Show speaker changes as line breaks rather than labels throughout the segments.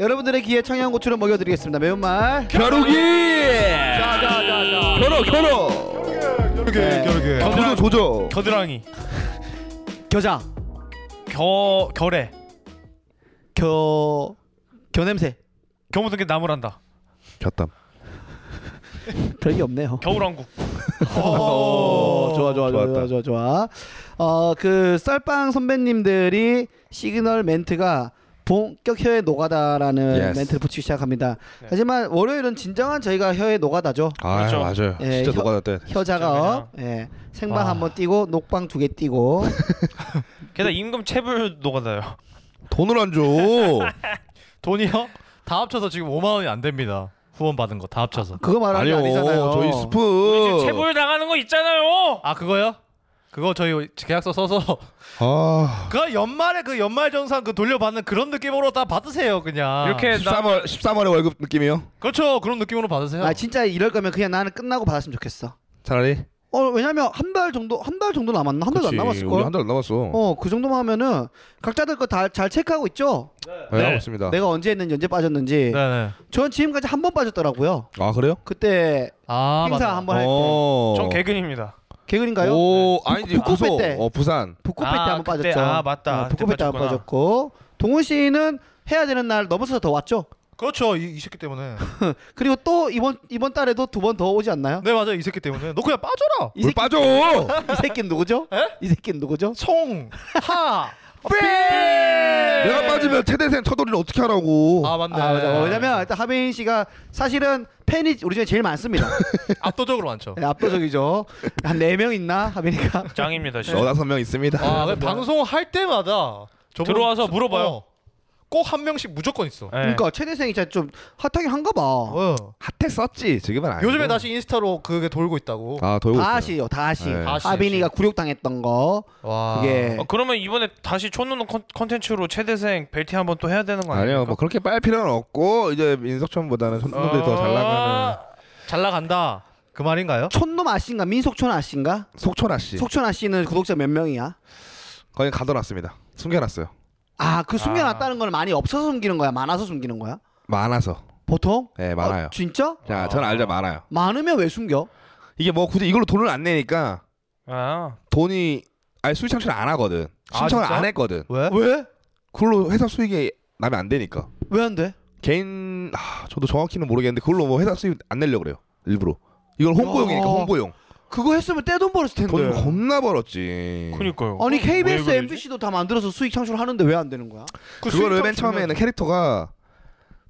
여러분들의 귀에 청양고추를 먹여드리겠습니다. 매운맛.
겨루기
자자자자
겨뤄 겨뤄
네.
결국에
조조 조조
겨드랑이
겨자.
겨 결에
겨 겨냄새.
겨무든 게 나무란다
곁담
별게 없네요.
겨울왕국
오, 좋아 좋아 좋아 좋아
좋았다.
좋아 좋아. 어그 썰빵 선배님들이 시그널 멘트가 본격 혀의 노가다라는
Yes.
멘트를 붙이기 시작합니다.
네.
하지만 월요일은 진정한 저희가 혀의 노가다죠.
아
그렇죠.
맞아요
예,
진짜
혀-
녹아날 때
혀자가 예, 생방
아.
한번 띄고 녹방 두 개 띄고
게다가 임금 체불 녹아다요
돈을 안줘
돈이요? 다 합쳐서 지금 5만 원이 안 됩니다. 후원 받은 거 다 합쳐서.
그거 말하는 게
아니요
아니잖아요.
저희
지금
스프
아, 체불 나가는 거 있잖아요
아 그거요? 그거 저희 계약서 써서
아
그 연말에 그 연말 정산 그 돌려받는 그런 느낌으로 다 받으세요 그냥.
이렇게 네, 나
13월 13월의 월급 느낌이요
그렇죠 그런 느낌으로 받으세요.
아 진짜 이럴 거면 그냥 나는 끝나고 받았으면 좋겠어.
차라리
어 왜냐면 한 달 정도 한 달 정도 남았나 한 달도 안
그치,
남았을
우리
걸.
한달 남았어
어그 정도만 하면은 각자들 거 다 잘 체크하고 있죠.
네,
네.
남았습니다
내가 언제 했는지 언제 빠졌는지.
네네.
전 지금까지 한 번 빠졌더라고요.
아 그래요 어.
그때
아
행사
맞아.
한 번 할 때.
전 개근입니다
개근인가요? 네.
오 아니지
북- 북극배
부소
때.
어 부산
북코페 때
아,
한 번
그때,
빠졌죠.
아, 맞다.
북코페 때 한 번
그때
빠졌고 동훈 씨는 해야 되는 날 넘어서 더 왔죠.
그렇죠 이, 이 새끼 때문에.
그리고 또 이번 이번 달에도 두 번 더 오지 않나요?
네 맞아 이 새끼 때문에. 너 그냥 빠져라.
이
물
새끼 네.
빠져
이 새끼는 누구죠? 이 새끼는 누구죠?
송. 하.
내가 빠지면 최대생 터돌이를 어떻게 하라고
아 맞네.
아 맞아.
어,
왜냐면 일단 하빈 씨가 사실은 팬이 우리 중에 제일 많습니다.
압도적으로 많죠.
네, 압도적이죠. 한 네 명 있나
네.
하빈이가?
짱입니다
네.
진짜
너 다섯 명 있습니다
아 근데 방송 할 때마다 저분-
들어와서 물어봐요.
꼭 한 명명씩 무조건 있어.
네.
아,
그러니까 최대생이 진짜 좀 핫하게 한가 봐.
어.
핫해 썼지 지금은 아니고
요즘에 다시 인스타로 그게 돌고 있다고.
아 돌고
다
있어요.
아시죠? 다 아시.
네. 아.
아시,
하빈이가 굴욕당했던 거.
와.
그게
어, 그러면 이번에 다시 촌누는 컨- 컨텐츠로 최대생 벨티 한번 또 해야 되는 거 아니에요?
아니요 뭐 그렇게 빨 필요는 없고 이제 민석촌보다는 손놈들이 더 잘 나가는
아,
잘 나간다. 그 말인가요?
촌놈 아씨인가 민속촌 아씨인가?
속촌아 씨
속촌 아씨는 구독자 몇 명이야?
거의 가둬놨습니다 숨겨놨어요
아 그 숨겨놨다는 건 많이 없어서 숨기는 거야? 많아서 숨기는 거야?
많아서
보통?
예 많아요
어, 진짜?
자 저는 알죠 많아요
많으면 왜 숨겨?
이게 뭐 굳이 이걸로 돈을 안 내니까
아,
돈이 아니 수익 창출 안 하거든
아,
신청을
진짜?
안 했거든
왜?
왜?
그걸로 회사 수익이 나면 안 되니까
왜 안 돼?
개인 아, 저도 정확히는 모르겠는데 그걸로 뭐 회사 수입 안 내려고 그래요 일부러 이건 홍보용이니까
야. 네.
홍보용
그거 했으면 떼돈 벌었을 텐데.
돈 겁나 벌었지
그니까요.
아니 KBS,
왜 그러지?
MBC도 다 만들어서 수익 창출하는데 왜 안 되는 거야?
그
그거를
수익성
맨 처음에는
중요하죠.
캐릭터가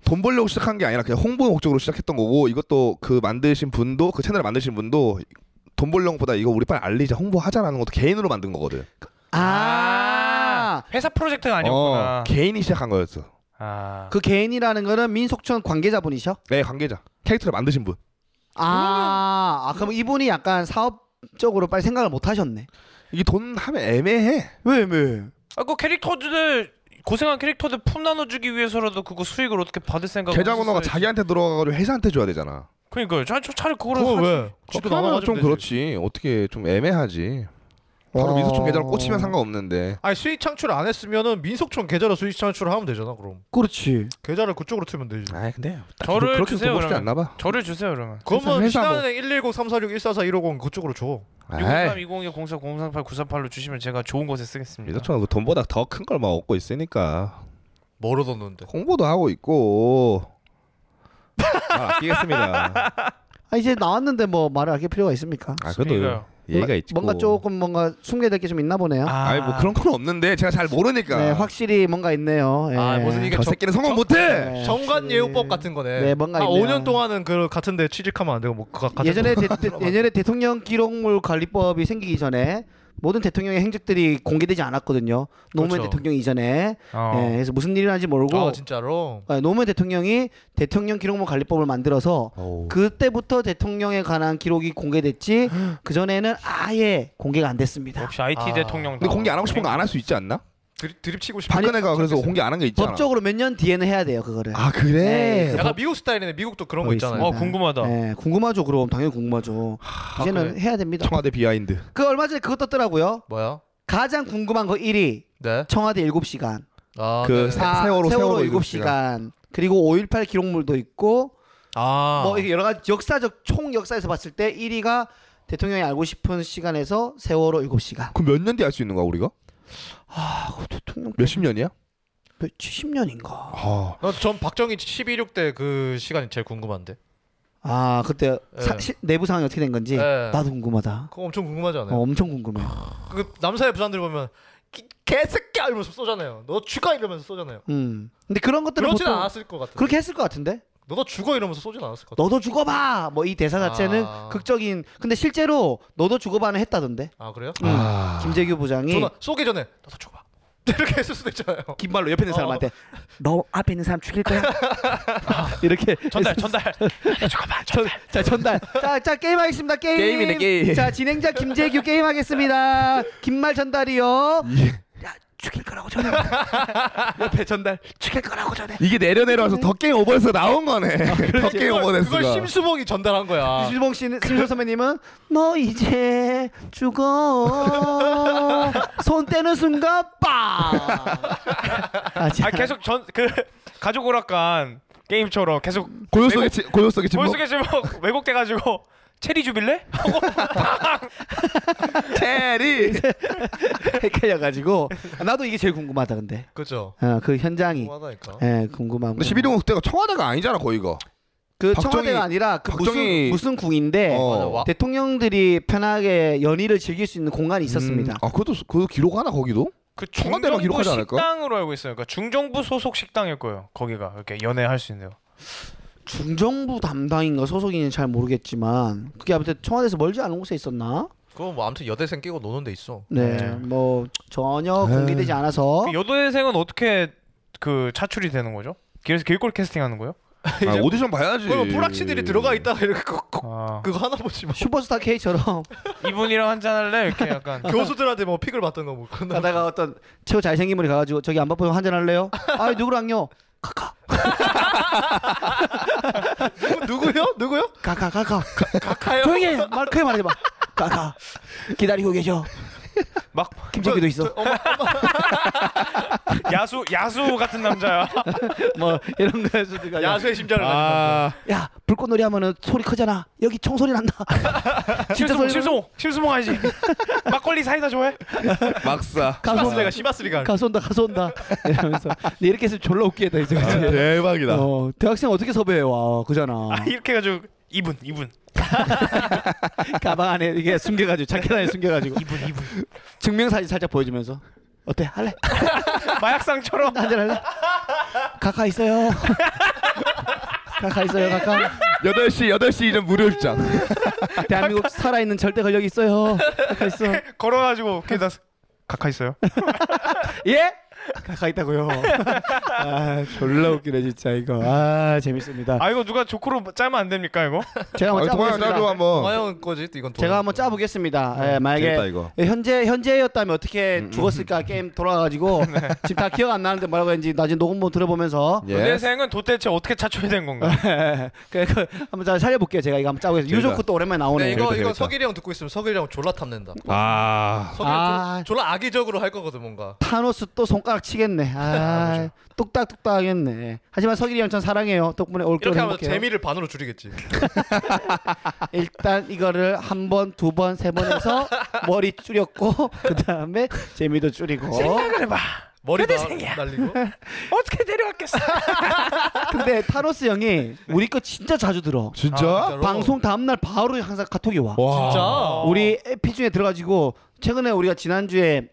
돈 벌려고 시작한 게 아니라 그냥 홍보 목적으로 시작했던 거고 이것도 그 만드신 분도 그 채널 만드신 분도 돈 벌려는 것보다 이거 우리 빨리 알리자 홍보하자라는 것도 개인으로 만든 거거든.
아,
회사 프로젝트가 아니었구나.
어, 개인이 시작한 거였어.
아,
그 개인이라는 거는 민속촌 관계자분이셔?
네 관계자 캐릭터를 만드신 분.
아, 아 그럼 이분이 약간 사업적으로 빨리 생각을 못 하셨네.
이게 돈 하면 애매해.
왜 왜?
아, 그 캐릭터들 고생한 캐릭터들 품 나눠주기 위해서라도 그거 수익을 그러니까 어떻게 받을 생각?
계좌번호가 자기한테 들어가가지고 회사한테 줘야 되잖아.
그러니까요. 차, 차, 차를 그걸
그거
하지.
왜? 지도
그러면
나눠가지고
좀
되지.
그렇지. 어떻게 좀 애매하지. 바로
와.
미소촌 계좌로 꽂히면 상관없는데.
아니 수익 창출 안 했으면은 민속촌 계좌로 수익 창출을 하면 되잖아. 그럼
그렇지.
계좌를 그쪽으로 틀면 되지.
아 근데 딱히
저를
그렇게
주세요,
보고 싶지
그러면.
않나 봐.
저를 주세요 그러면.
그러면
회사 뭐-
신한은행 119 346 144 150 그쪽으로 줘.
63
아이
20 04 038 938로 주시면 제가 좋은 곳에 쓰겠습니다.
미소촌은 그 돈보다 더 큰 걸 막 얻고 있으니까.
멀어 뒀는데.
홍보도 하고 있고 잘 아끼겠습니다.
아 이제 나왔는데 뭐 말을 아낄 필요가 있습니까?
아 그래도
그러니까요.
얘가
뭔가-
있고
뭔가 조금 뭔가 숨겨야 될 게 좀 있나 보네요.
아,
아니 뭐 그런 건 없는데 제가 잘 모르니까
네, 확실히 뭔가 있네요. 예.
아 무슨 이게
저
정,
새끼는 성공 어, 못해.
네,
정관
확실히.
예우법 같은 거네.
네, 뭔가
한
있네요.
5년 동안은 그 같은데 취직하면 안 되고 뭐 그, 같은
예전에 대, 대, 예전에 대통령 기록물 관리법이 생기기 전에 모든 대통령의 행적들이 공개되지 않았거든요. 노무현
그렇죠.
대통령 이전에
어.
예, 그래서 무슨 일이 일어난지 모르고
아 진짜로.
예, 노무현 대통령이 대통령 기록물 관리법을 만들어서
오.
그때부터 대통령에 관한 기록이 공개됐지 그 전에는 아예 공개가 안 됐습니다.
역시 IT
아.
대통령.
근데 공개 안 하고 싶은 거 안 할 수 있지 않나?
드립, 드립 치고 싶어.
박근혜가 그래서 공개 안 한 게 있잖아.
법적으로 몇 년 뒤에는 해야 돼요 그거를.
아 그래.
네.
약간 미국 스타일이네. 미국도 그런 거
거의
있잖아요.
어 궁금하다.
네.
예, 궁금하죠 그럼 당연히 궁금하죠. 이제는
그래.
해야 됩니다.
아, 청와대 비하인드.
그 얼마 전에 그거 떴더라고요.
뭐야?
가장 궁금한 거 1위
네.
청와대 7시간 아,
아,
그
네네.
사- 세월호, 세월호
세월호
일곱
7시간 그리고 5.18 기록물도 있고
아.
뭐 이게 여러 가지 역사적 총 역사에서 봤을 때 1위가 대통령이 알고 싶은 시간에서 세월호 7시간.
그럼 몇 년 뒤에 알 수 있는 거야 우리가?
아, 그거 대통령
몇십 년이야?
몇 70년인가.
아,
나 전 박정희 12.6 때 그 시간이 제일 궁금한데.
아, 그때 사-
예.
시- 내부 상황이 어떻게 된 건지
예.
나도 궁금하다.
그거 엄청 궁금하지
어,
않아요?
엄청 궁금해.
그 남사의 부산들 보면 기- 개새끼야 이러면서 쏘잖아요. 너 죽어 이러면서 쏘잖아요.
음. 근데 그런 것들은
그러진
보통
않았을 것 같아.
그렇게 했을 것 같은데.
너도 죽어 이러면서 쏘진 않았을 것 같아.
너도 죽어봐. 뭐 이 대사 자체는
그렇죠. 아.
극적인. 근데 실제로 너도 죽어봐는 했다던데.
아 그래요?
음.
아.
김재규 부장이
전화 쏘기 전에 나도 죽어봐. 이렇게 했을 수도 있잖아요.
긴 말로 옆에 있는
어.
사람한테 너 앞에 있는 사람 죽일 거야. 아, 이렇게
전달 전달. 잠깐만 전달.
자 전달. 자, 자 게임하겠습니다. 게임.
게임이네, 게임.
자 진행자 김재규 게임하겠습니다. 긴말 전달이요. 야 죽일 거라고 전해. 옆에 전달. 죽일 거라고 전해.
이게 내려 내려와서 더 게임 오버에서 나온 거네. 더 게임 오버에서가.
그러니까 그걸 심수봉이 전달한 거야.
유진봉 씨는 심수 선배님은 너 이제 죽어 손 떼는 순간 빵. 아,
아
자,
계속 전 그 가족 오락관 게임처럼 계속
고요 속에 지- 고요 속에 지금 뭐-
머릿 속에 지금 뭐 왜곡돼 가지고 체리 주빌래?
체리.
헷갈려가지고 아, 나도 이게 제일 궁금하다 근데
그죠.
어, 그 현장이
궁금하다니까.
예 궁금하고
근데 11호 때가 청와대가 아니잖아 거의가.
그
박정희-
청와대가 아니라 그
박정희-
무슨 무슨 궁인데
어.
맞아, 와-
대통령들이 편하게 연희를 즐길 수 있는 공간이 있었습니다.
음, 아 그것도 그것도 기록 하나 거기도?
그
청와대만
중정부
기록하지 않을까?
식당으로 알고 있어요. 그러니까 중정부 소속 식당일 거예요. 거기가 이렇게 연애할 수 있는. 데가.
중정부 담당인가 소속인지 잘 모르겠지만 그게 아무튼 청와대에서 멀지 않은 곳에 있었나?
그거 뭐 아무튼 여대생 끼고 노는 데 있어.
네,
네.
뭐 전혀
에이.
공개되지 않아서
어?
그 여대생은 어떻게 그 차출이 되는 거죠? 길에서 길골 캐스팅하는 거예요?
아, 오디션 봐야지.
그럼 불락치들이 들어가 있다가 이렇게 거, 거,
아,
그거 하나 보지 뭐.
슈퍼스타 K처럼
이분이랑 한잔 할래? 이렇게 약간
교수들한테 뭐 픽을 받던 거뭐 그런 거.
가다가 어떤 최고 잘생긴 분이 가가지고 저기 안 바쁘면 한잔 할래요? 아 누구랑요? 카카
누구요? 누구요?
카카 카카
가카요.
조용히 해. 말 크게 말하지 마. 카카 기다리고 계셔.
막
김재규도 있어.
야수 야수 같은 남자야.
뭐 이런 거에서 누가
야수의 심장을 가진
아,
야 불꽃놀이 하면은 소리 크잖아 여기 총소리 난다
실수봉 실수봉 실수봉 아니지? 막걸리 사이다 좋아해?
남자.
막사.
가서
시마스리가 시마스리가.
가서 온다 가서 온다 이러면서 근데 이렇게 했으면 졸라 웃기겠다 이제
아,
그치?
대박이다.
어, 대학생 어떻게 섭외해 와 그잖아
아, 이렇게 해가지고 이분 이분
가방 안에 이게 숨겨가지고 자켓 안에 숨겨가지고
이분 이분
증명사진 살짝 보여주면서 어때 할래
마약상처럼
한잔 할래 가까 있어요 가까 있어요 가까
8시 8시 이전 무료 입장.
아, 대한민국 살아있는 절대 권력이 있어요 가까 있어
걸어가지고 걔다 가까이 있어요.
예? 가까 있다고요 아 졸라 웃기네 진짜 이거 아 재밌습니다 어,
아 이거 누가 조커로 짜면 안 됩니까 이거?
제가
아,
한번
동아야
짜보겠습니다
짜줘 한번.
동아형 거지 이건. 또.
제가 한번 짜보겠습니다. 음, 예,
재밌다
만약에
이거.
현재 현재였다면 어떻게 죽었을까 게임 돌아가지고 지금 다 기억 안 나는데 뭐라고 했는지 나중에 녹음본 들어보면서
예.
여대생은 도대체 어떻게 차출된 건가?
그, 그 한번 잘 살려볼게요. 제가 이거 한번 짜보겠습니다.
재밌다.
유조코 또 오랜만에 나오네.
네
요
이거
재밌다,
이거
재밌다.
석일이 형 듣고 있으면 석일이 형 졸라 탐낸다.
아.
석일이
아.
형 졸라- 졸라 악의적으로 할 거거든 뭔가.
타노스 또 손가락 치겠네. 아, 뚝딱뚝딱 하겠네. 하지만 석일이 형전 사랑해요. 덕분에 올겨울
이렇게 하면
행복해요.
재미를 반으로 줄이겠지.
일단 이거를 한 번, 두 번, 세 번 해서 머리 줄였고 그 다음에 재미도 줄이고
그래봐
머리 다
여대생이야.
날리고.
어떻게 데려왔겠어?
근데 타노스 형이 우리 거 진짜 자주 들어.
진짜?
진짜로?
방송 다음날 바로 항상 카톡이 와.
와.
진짜.
우리 에피 중에 들어가지고 최근에 우리가 지난주에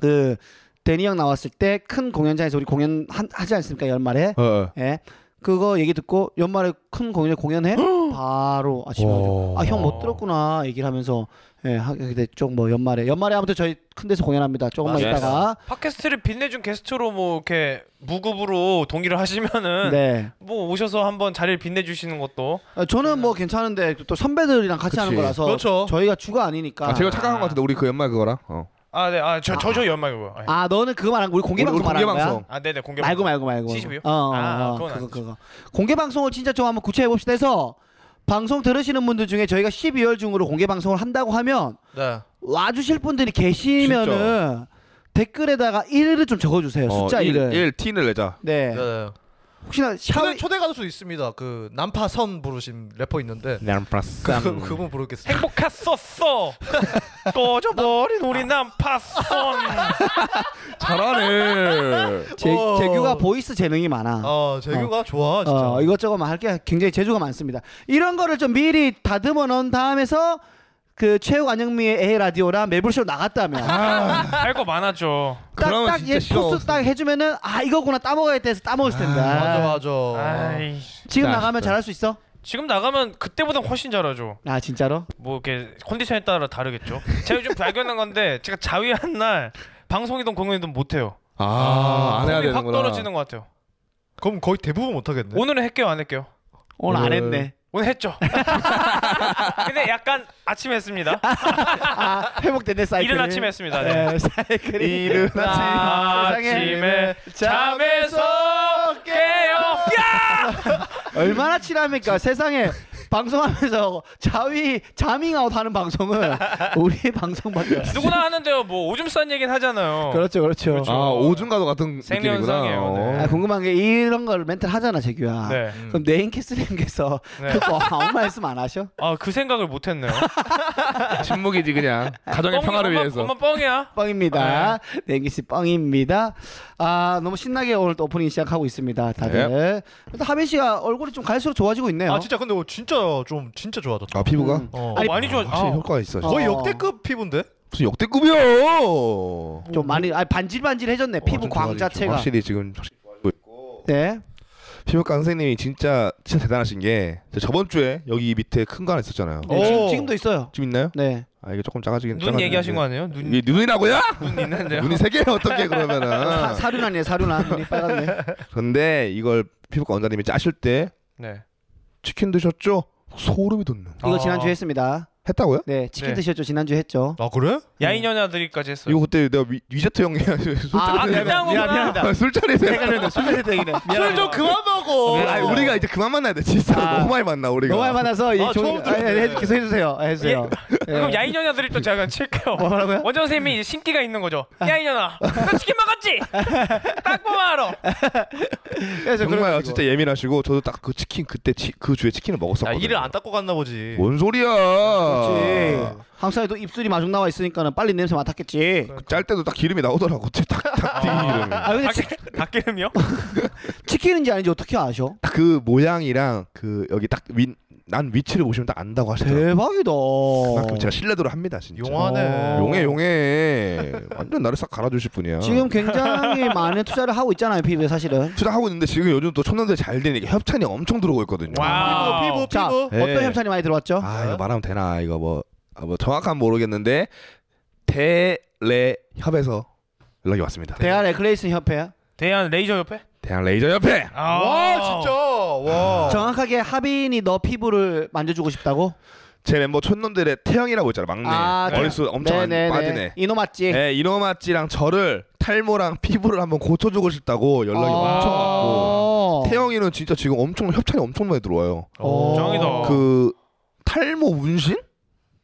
그 데니 형 나왔을 때 큰 공연장에서 우리 공연 한, 하지 않습니까 연말에
어, 어.
예 그거 얘기 듣고 연말에 큰 공연에 공연해 바로 아침에
오.
아형 못 들었구나 얘기를 하면서 예 하게 됐죠 뭐 연말에 연말에 아무튼 저희 큰 데서 공연합니다 조금만
맞아요.
있다가
팟캐스트를 빛내준 게스트로 뭐 이렇게 무급으로 동의를 하시면은
네
뭐 오셔서 한번 자리를 빛내주시는 것도
아, 저는 뭐 괜찮은데 또 선배들이랑 같이 하는
그치.
거라서
그렇죠.
저희가 주가 아니니까
아, 제가 착각한 것 같은데 우리 그 연말 그거랑. 어.
아 네 아 저 저 저 연말 그거 아,
아 너는 그거 말한 거 우리 공개
우리-
방송
우리 공개
말하는 거야?
방송.
아 네네 공개
말고 말고 말고.
CGV 요?
어, 어,
아,
어,
그건
그거
아니지.
그거. 공개 방송을 진짜 좀 한번 구체해 봅시다 해서 방송 들으시는 분들 중에 저희가 12월 중으로 공개 방송을 한다고 하면
네.
와주실 분들이 계시면은 댓글에다가 1을 좀 적어주세요. 네, 숫자 1을.
일, 일, T를 내자.
네.
네.
혹시나
초대,
샤워
초대 가수 있습니다. 그 난파선 부르신 래퍼 있는데
플러스
그, 그분 부르겠습니다.
행복했었어. 꺼져버린 우리 남파선.
잘하네.
제,
어.
재규가 보이스 재능이 많아.
아 재규가 좋아 진짜.
어, 이것저것 할게 굉장히 재주가 많습니다. 이런 거를 좀 미리 다듬어 놓은 다음에서 그 최욱 안영미의 에이 라디오랑 매불쇼 나갔다면
할 거 많아져.
그러면
딱딱얘 예,
진짜 싫어.
포스 딱 해주면은 아 이거구나 따먹어야 돼서 따먹을 텐데.
맞아 맞아.
아이.
지금
진짜
나가면
아쉽다.
잘할 수 있어?
지금 나가면 그때보다 훨씬 잘하죠.
아 진짜로?
뭐 이렇게 컨디션에 따라 다르겠죠. 제가 요즘 발견한 건데 제가 자위한 날 방송이든 공연이든 못 해요.
아, 안 해야
확
되는구나.
떨어지는 것 같아요.
그럼 거의 대부분 못 하겠네.
오늘은 할게요, 안 할게요.
오늘 안
오늘-
했네.
오늘 했죠. 근데 약간 아침에 했습니다.
아 회복됐네 사이클.
이른 아침에 했습니다. 네.
네, 사이클이
이른
아침.
아침에 잠에서 깨요.
얼마나 친합니까? 세상에 방송하면서 자위 자밍아웃 하는 방송은 우리 방송밖에 없어.
누구나 하는데요. 뭐 오줌 싼 얘긴 하잖아요.
그렇죠, 그렇죠.
아 오줌과도 같은
생리현상이에요,
느낌이구나. 어.
네.
아, 궁금한 게 이런 걸 멘트를 하잖아, 재규야.
네.
그럼 네인 캐슬님께서
네.
그거 아무 말씀 안 하셔?
아 그 생각을 못 했네요. 아,
어. 침묵이지 그냥 가정의
뻥이-
평화를
엄마-
위해서.
엄마 뻥이야. 어,
아.
뻥입니다. 네인 캐슬 뻥입니다. 아 너무 신나게 오늘 또 오프닝 시작하고 있습니다,
네.
다들. 그래도 하빈 씨가 얼굴이 좀 갈수록 좋아지고 있네요.
아 진짜 근데 오늘 진짜 좀 진짜 좋아졌다.
아 피부가
음.
어.
어, 많이 좋아.
확실히
아,
효과가 있어.
어.
거의 역대급 피부인데.
무슨 역대급이야.
좀 많이 아 반질반질해졌네 피부
어, 좀
광
좋아지죠.
자체가.
확실히 지금 확실히 좋아지고 있고.
네.
피부과 선생님이 진짜 진짜 대단하신 게 제가 저번 주에 여기 밑에 큰 거 하나 있었잖아요.
네, 지금,
오.
지금도 있어요.
지금 있나요?
네.
아 이게 조금 작아지긴
어. 눈 얘기하신 거 아니에요? 눈,
이게 눈이라고요?
눈 있는데요.
눈이 세 개예요
사,
어떻게 그러면은
사륜아니에요 사륜아 눈이 빨갛네.
그런데 이걸 피부과 원장님이 짜실 때
네.
치킨 드셨죠? 소름이 돋는
이거
아.
지난주 에 했습니다.
했다고요?
네 치킨
네.
드셨죠 지난주 에 했죠.
아 그래?
야인연아들이까지 했어요.
이거 그때 내가 위, 위제트 형이
아,
술자리
그냥 오구나.
술자리 때
그랬네 술자리 되긴 해.
술 좀 그만 먹어.
네.
아 우리가 이제 그만 만나야 돼 진짜
아.
너무 많이 만나 우리가
너무 만나서 이
아,
종-
처음
아, 예,
들었네.
해- 계속 해주세요. 아, 해주세요. 예.
그럼 야인연아들이 또 제가 그냥 칠게요.
뭐라고요?
원정 선생님이 이제 신기가 있는 거죠. 야인연아, 너 치킨 먹었지? 딱 보면 알아.
그래서
정말
그래가지고.
진짜 예민하시고 저도 딱 그 치킨 그때 치, 그 주에 치킨을
야
먹었었거든요
이를 안 닦고 갔나 보지.
뭔 소리야
그렇지. 항상에도 입술이 마중 나와 있으니까는 빨리 냄새 맡았겠지.
그짤
그러니까.
때도 딱 기름이 나오더라고 딱딱 기름이
아 근데 치,
닭- 닭기름이요?
치킨인지 아닌지 어떻게 아셔?
그 모양이랑 그 여기 딱난 위치를 보시면 딱 안다고 하시더라고요
대박이다.
그렇죠. 그만큼 제가 신뢰도를 합니다 진짜 어,
용하네.
용해 용해 완전 나를 싹 갈아주실 분이야
지금 굉장히 많은 투자를 하고 있잖아요 피부에 사실은.
투자하고 있는데 지금 요즘 또 청년들 잘 되니까 협찬이 엄청 들어오고 있거든요
와우.
피부 피부
자
피부.
네.
어떤 협찬이 많이 들어왔죠?
아 이거 말하면 되나 이거 뭐, 아, 뭐 정확한 모르겠는데 대레협에서 연락이 왔습니다
대한 에클레이슨 협회.
대한 레이저 옆에?
대한 레이저 협회
아,
와 진짜 와.
정확하게 하빈이 너 피부를 만져주고 싶다고?
제 멤버 촌놈들의 태형이라고 있잖아 막내
아, 네.
머릿수 엄청 안
네네네. 예.
빠지네
이놈 맞지?
네, 이노마찌랑 저를 탈모랑 피부를 한번 고쳐주고 싶다고
아.
연락이
아.
엄청 왔고 태영이는 진짜 지금 엄청 협찬이 엄청 많이 들어와요
어.
정이다.
그 탈모 문신?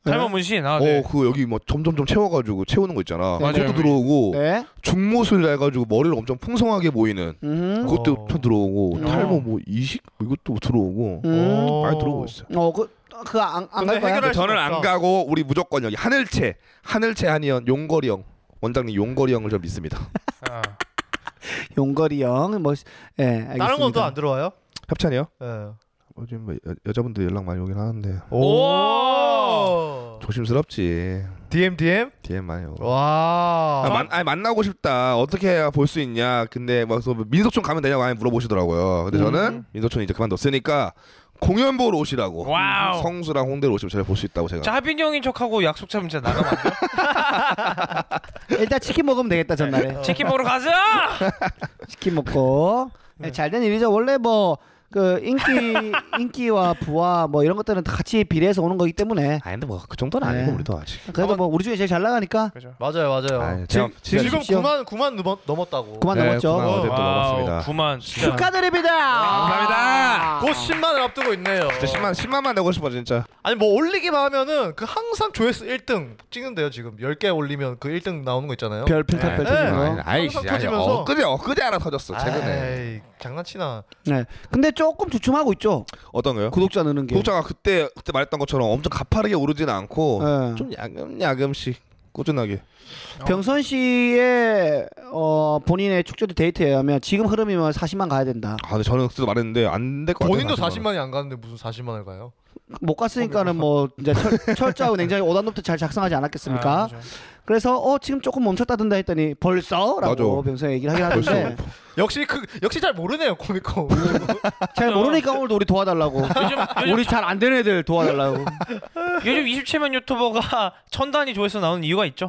탈모 문신. 아, 네.
어, 그 여기 뭐 점점점 채워가지고 채우는 거 있잖아.
네.
그것도
맞아요.
들어오고
네.
중모술 해가지고 머리를 엄청 풍성하게 보이는
음.
그것도
어.
다 들어오고
음.
탈모 뭐 이식 이것도 들어오고
음.
어.
많이 들어오고 있어요.
어그그안안갈
근데
거야?
해결할-
저는
수가
안
없다.
가고 우리 무조건 여기 하늘채 하늘채 한이현 용거리 형 원장님 용거리 형을 좀 믿습니다.
아.
용거리 형, 뭐, 예, 알겠습니다.
다른 건 또 안 들어와요?
협찬이요?
예.
요즘 뭐 여, 여자분들 연락 많이 오긴 하는데
오.
조심스럽지
DM DM.
DM 많이 오고.
와.
아, 만, 아니, 만나고 싶다 어떻게 해야 볼 수 있냐 근데 막 그래서 민속촌 가면 되냐고 많이 물어보시더라고요 근데 저는 민속촌 이제 그만뒀으니까 공연 보러 오시라고
와우.
성수랑 홍대로 오시면 제가 볼 수 있다고 제가
자, 하빈이 형인 척하고 약속 잡으면 진짜 나가면 안 돼요?
일단 치킨 먹으면 되겠다
네.
전날에.
치킨 먹으러 가자!
치킨 먹고 예, 잘된 일이죠. 원래 뭐 그 인기 인기와 부와 뭐 이런 것들은 다 같이 비례해서 오는 거기 때문에
아 근데 뭐 그 정도는
네.
아니고 우리도 아직.
어.
그래도 뭐 우리 중에 제일 잘 나가니까
그죠.
맞아요, 맞아요.
아,
지금-
제가
지금
주십시오.
9만 9만 넘었, 넘었다고.
그만
네,
넘었죠.
그만 어제 또
와우,
넘었습니다.
9만 진짜
축하드립니다. 아.
감사합니다.
곧 10만을 앞두고 있네요.
진짜 10만 10만만 내고 싶어 진짜.
아. 아니 뭐 올리기만 하면은 그 항상 조회수 1등 찍는데요 지금 10개 올리면 그 1등 나오는 거 있잖아요.
별 필터 별
네.
필터.
항상
아이 씨, 아니,
터지면서. 아, 네.
엊그제 엊그제 하나 터졌어 최근에.
에이, 장난치나.
네. 근데 조금 주춤하고 있죠.
어떤 거요?
구독자 느는 게.
구독자가 그때 그때 말했던 것처럼 엄청 가파르게 오르지는 않고
예.
좀 야금 야금씩 꾸준하게.
어.
병선 씨의 어, 본인의 축제도 데이트에 의하면 지금 흐름이면 40만 가야 된다.
아 근데 저는 그때도 말했는데 안 될 것 같아요.
본인도
사실은.
40만이 안 가는데 무슨 40만을 가요?
못
어,
갔으니까는
네.
뭐 이제 철, 철저하고 냉장히 5단부터 잘 작성하지 않았겠습니까?
아, 그죠.
그래서 어 지금 조금 멈췄다던다 했더니 벌써라고
맞아.
병선이 얘기를 하긴
벌써.
하는데
역시 그 역시 잘 모르네요 코미코.
잘 모르니까 오늘도 우리 도와달라고.
요즘
아, 우리 잘 안 되는 애들 도와달라고.
요즘 27만 유튜버가 천 단위 조회수 나오는 이유가 있죠.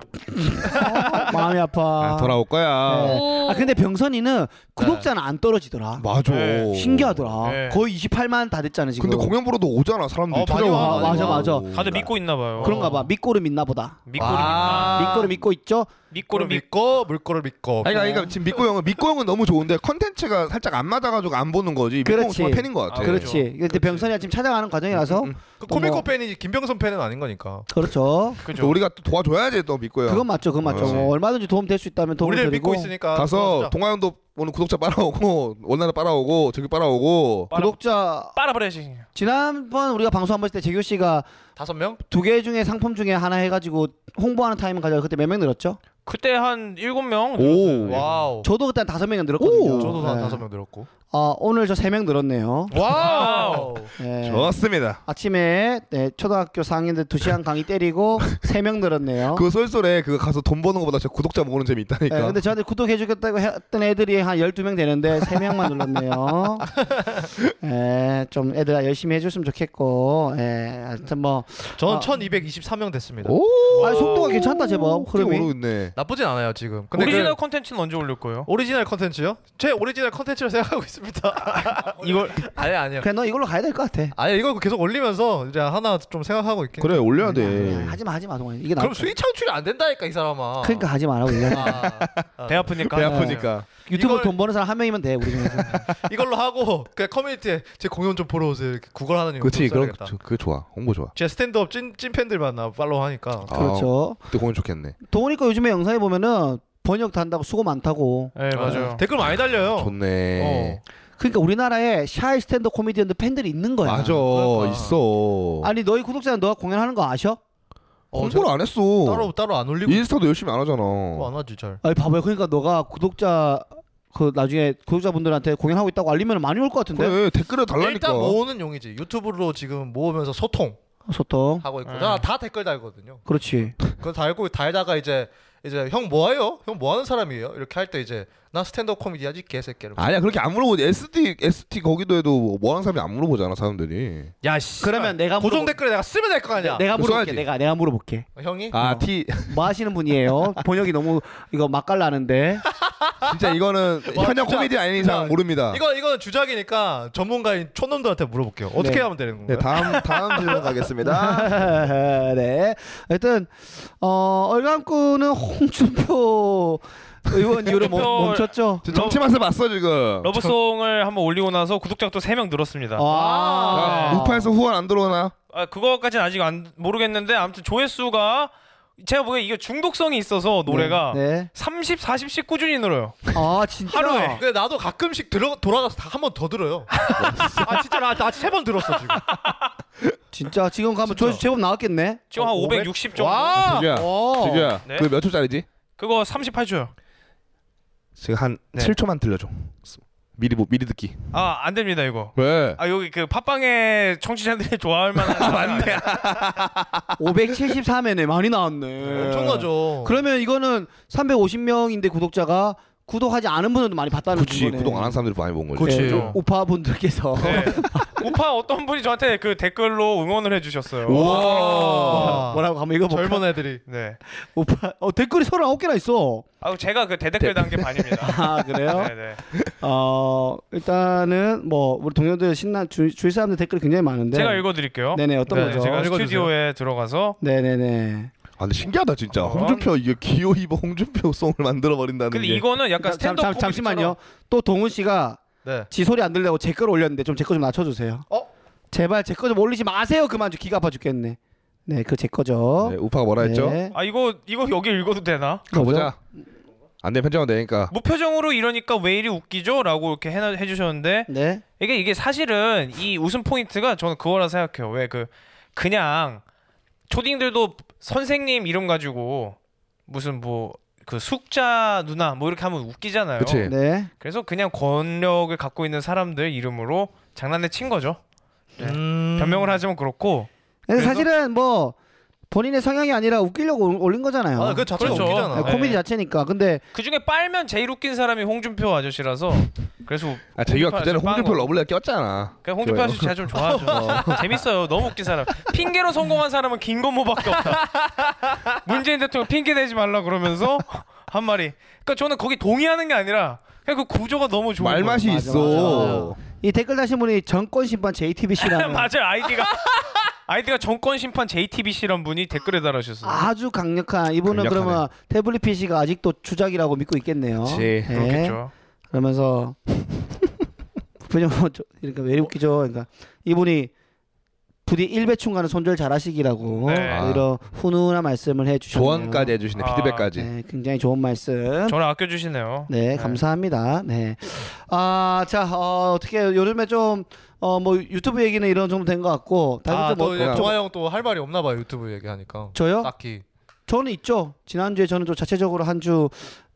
마음이 아파.
아, 돌아올 거야.
네. 아 근데 병선이는 구독자는 안 떨어지더라.
맞아.
네.
신기하더라.
네.
거의 28만 다 됐잖아 지금.
근데 공연 보러도 오잖아 사람들이.
어, 많이 와,
많이
맞아,
와.
맞아.
다들 믿고 있나 봐요.
그런가 봐. 믿고를 믿나 보다.
믿고를
와.
믿나.
아.
믿고를 믿고 있죠.
믿고를
꼬를
믿.
믿고 물꼬를 믿고.
아니, 그러니까 지금 믿고 형은 믿고 형은 너무 좋은데 컨텐츠가 살짝 안 맞아가지고 안 보는 거지. 믿고 형은
그렇지.
정말 팬인 것 같아.
아,
그렇지.
그렇죠.
근데 병선이가 지금 찾아가는 과정이라서
음,
또
그 코미코
뭐-
팬이지 김병선 팬은 아닌 거니까.
그렇죠.
또
그죠.
우리가 또 도와줘야지 또 믿고 형.
그건 맞죠. 그건 맞죠.
그렇지.
뭐 얼마든지 도움 될 수 있다면 도움을
우리를
드리고
믿고 있으니까
가서
도와주자.
동아 형도 오늘 구독자 빨아오고 원나라 빨아오고 저기 빨아오고.
빨아-
구독자
빨아버려야지.
지난번 우리가 방송 한 번 했을 때 재규 씨가
다섯 명?
두 개 중에 상품 중에 하나 해가지고 홍보하는 타임을 가져가 그때 몇 명 늘었죠?
그때 한 일곱 명
오.
와우.
저도 그때 한 다섯 명 늘었거든요.
저도 한
네.
다섯 명 늘었고.
아 오늘 저 세 명 늘었네요.
와우.
네.
좋습니다.
아침에 네, 초등학교 4학년들 2시간 강의 때리고 세 명 늘었네요.
그 쏠쏠해 그 가서 돈 버는 것보다 저 구독자 모으는 재미 있다니까.
어? 네, 근데 저한테 구독해주겠다고 했던 애들이 한 12명 되는데 3명만 눌렀네요. 네, 좀 애들아 열심히 해줬으면 좋겠고 예, 하여튼 뭐
저는
아.
1223명 됐습니다.
오.
아, 속도가 괜찮다 제법 흐름이
모르겠네.
나쁘진 않아요 지금. 근데
오리지널
오리지널
그-
컨텐츠는 언제 올릴 거예요?
오리지널 컨텐츠요? 제 오리지널 컨텐츠로 생각하고 있습니다.
이걸
아니 아니요.
그래 너 이걸로 가야 될 것 같아.
아니 이거 계속 올리면서 이제 하나 좀 생각하고 있긴.
그래 올려야
그러니까. 아니야,
돼.
하지마 하지마 동아 이게 나.
그럼 수익 창출이 안 된다니까 이 사람아.
그러니까 하지 말라고 얘기하
아, 아.
배 아프니까.
배 아프니까.
유튜브
이걸-
돈 버는 사람 한 명이면 돼 우리 중에서.
이걸로 하고 그냥 커뮤니티에 제 공연 좀 보러 오세요. 이렇게 구걸 하는 용도로
그렇지 그럼
써야겠다.
저- 그게 좋아 홍보 좋아.
제 스탠드업 찐, 찐 팬들만 나 팔로우 하니까.
아,
그렇죠.
그때 공연 좋겠네.
동훈이 거 요즘에 영상에 보면은 번역 다 한다고 수고 많다고.
네 맞아요.
댓글 많이
어.
달려요.
좋네.
어.
그러니까 우리나라에 샤이 스탠드 코미디언들 팬들이 있는 거야.
맞아
그러니까.
있어
아니 너희 구독자는 너가 공연하는 거 아셔?
어,
홍보를 안 했어
따로 따로 안 올리고
인스타도 열심히 뭐 안 하잖아
있고 안 하지 잘.
아니 봐봐요. 그러니까 너가 구독자 그 나중에 구독자분들한테 공연하고 있다고 알리면 많이 올 것 같은데.
그래 댓글을 달라니까
일단 모으는 용이지. 유튜브로 지금 모으면서 소통
소통.
하고 있고.
음.
나 다 댓글 달거든요.
아, 그렇지.
그거 달고 달다가 이제 이제 형 뭐해요? 형 뭐하는 사람이에요? 이렇게 할 때 이제 나 스탠드업 코미디 하지 개새끼를.
아니야 그렇게 안 물어보지 SD SD 거기도 해도 뭐하는 사람이 안 물어보잖아 사람들이
야 씨.
그러면 내가
고정
물어볼-
댓글에 내가 쓰면 될 거 아니야.
내가
그거
물어볼게.
써야지.
내가 내가 물어볼게.
어, 형이?
아
어.
티
뭐 하시는 분이에요? 번역이 너무 이거 맛깔나는데.
진짜 이거는
와,
현역
진짜.
코미디 아닌
진짜.
이상 모릅니다
이거 이거는 주작이니까 전문가인 촌놈들한테 물어볼게요. 어떻게
네.
하면 되는 건가요?
네 다음 다음 질문 가겠습니다
네. 하여튼 어 얼간꾼은 홍준표 의원 이후로 멈,
홍준표
멈췄죠.
지금 정치 맛을 봤어 지금
러브송을 한번 올리고 나서 구독자가 또 3명 늘었습니다.
아,
아, 우파에서 후원 안 들어오나
아, 그거까지는 아직 안 모르겠는데 아무튼 조회수가 제가 보기에 이게 중독성이 있어서 노래가
네.
30, 40씩 꾸준히 늘어요.
아 진짜.
하루에.
근데 나도 가끔씩 들어, 돌아가서 다 한 번 더 들어요. 아 진짜 나나세번 들었어 지금.
진짜 지금 가면
진짜.
조회수 제법 나왔겠네.
지금
어,
한
500?
560 정도.
와.
지규야
어.
지규야
네.
그몇 초짜리지
그거 38초요.
지금 한
네.
7초만 들려줘 미리 보 미리 듣기
아, 안 됩니다, 이거.
왜
아, 여기 그 팟빵의 청취자들이 좋아할 만한 맞네.
573회네 많이 나왔네. 음.
엄청나죠.
그러면 이거는 350명인데 구독자가 구독하지 않은 분들도 많이 봤다는
그치 구독 안 한 사람들이 많이 본 거지.
그치.
네.
예,
그렇죠.
우파 분들께서
네. 우파 어떤 분이 저한테 그 댓글로 응원을 해주셨어요.
와.
뭐라고 한번 읽어볼까?
젊은 애들이
네.
우파 어, 댓글이 39개나 있어.
아 제가 그 대댓글 단계 반입니다.
아 그래요?
네네.
어 일단은 뭐 우리 동료들 신나 주, 주위 사람들 댓글이 굉장히 많은데
제가 읽어드릴게요.
네. 네네 어떤
네,
거죠?
제가
읽어주세요.
스튜디오에 들어가서
네네네
아 근데 신기하다 진짜.
어.
홍준표 이게 기호 입어 홍준표 송을 만들어 버린다는
근데
게.
이거는 약간
잠,
스탠드
잠, 잠시만요 또 동훈 씨가
네.
지 소리 안 들려고 제 걸 올렸는데 좀 제 거 좀 낮춰주세요
어?
제발 제 거 좀 올리지 마세요 그만 좀 기가 아파 죽겠네 네 그 제 거죠
네, 아, 우파가 뭐라 했죠?
네.
아 이거 이거 여기 읽어도 되나?
뭐죠?
가보자. 안돼 편집하면 되니까.
무표정으로 이러니까 왜 이리 웃기죠?라고 이렇게 해, 해주셨는데
네
이게 이게 사실은 이 웃음 포인트가 저는 그거라 생각해요. 왜 그 그냥 초딩들도 선생님 이름 가지고 무슨 뭐 그 숙자 누나 뭐 이렇게 하면 웃기잖아요.
그치. 네.
네.
그래서 그냥 권력을 갖고 있는 사람들 이름으로 장난을 친 거죠.
음.
변명을 하지만 그렇고
근데
그래서?
사실은 뭐 본인의 성향이 아니라 웃기려고 올- 올린 거잖아요.
아, 그 자체가
그렇죠.
네,
웃기잖아.
네.
코미디 자체니까. 근데
그 중에 빨면 제일 웃긴 사람이 홍준표 아저씨라서 그래서
아 재규가 그전에
홍준표
홍준표
빵으로.
러블리가 꼈잖아.
그러니까 홍준표 아저씨 제가 좀 좋아하죠. 재밌어요. 너무 웃긴 사람. 핑계로 성공한 사람은 김건모밖에 없다. 문재인 대통령 핑계 대지 말라 그러면서 한 말이. 그러니까 저는 거기 동의하는 게 아니라 그냥 그 구조가 너무 좋은 거예요.
말맛이
맞아,
있어.
이 댓글 다신 분이 정권 심판 JTBC라는
맞아요. 아이디가 아이디가 정권 심판 JTBC란 분이 댓글에 달아주셨어요.
아주 강력한 이분은
강력하네.
그러면 태블릿 PC가 아직도 주작이라고 믿고 있겠네요.
그치.
네.
그렇겠죠.
그러면서 부표정 그러니까 왜 웃기죠? 그러니까 이분이 부디 일배충 가는 손절 잘하시기라고
네.
이런 훈훈한 말씀을 해주셨네요.
조언까지 해주시네
아.
피드백까지.
네, 굉장히 좋은 말씀.
저를 아껴주시네요.
네, 감사합니다. 네. 아, 자, 어, 어떻게 요즘에 좀, 어, 뭐 유튜브 얘기는 이런 정도 된 것 같고, 다른
아,
좀 뭐,
또 아. 이제
뭐-
종아 형또 할 말이 없나 봐요. 유튜브 얘기하니까.
저요?
딱히.
저는 있죠. 지난주에 저는 좀 자체적으로 한 주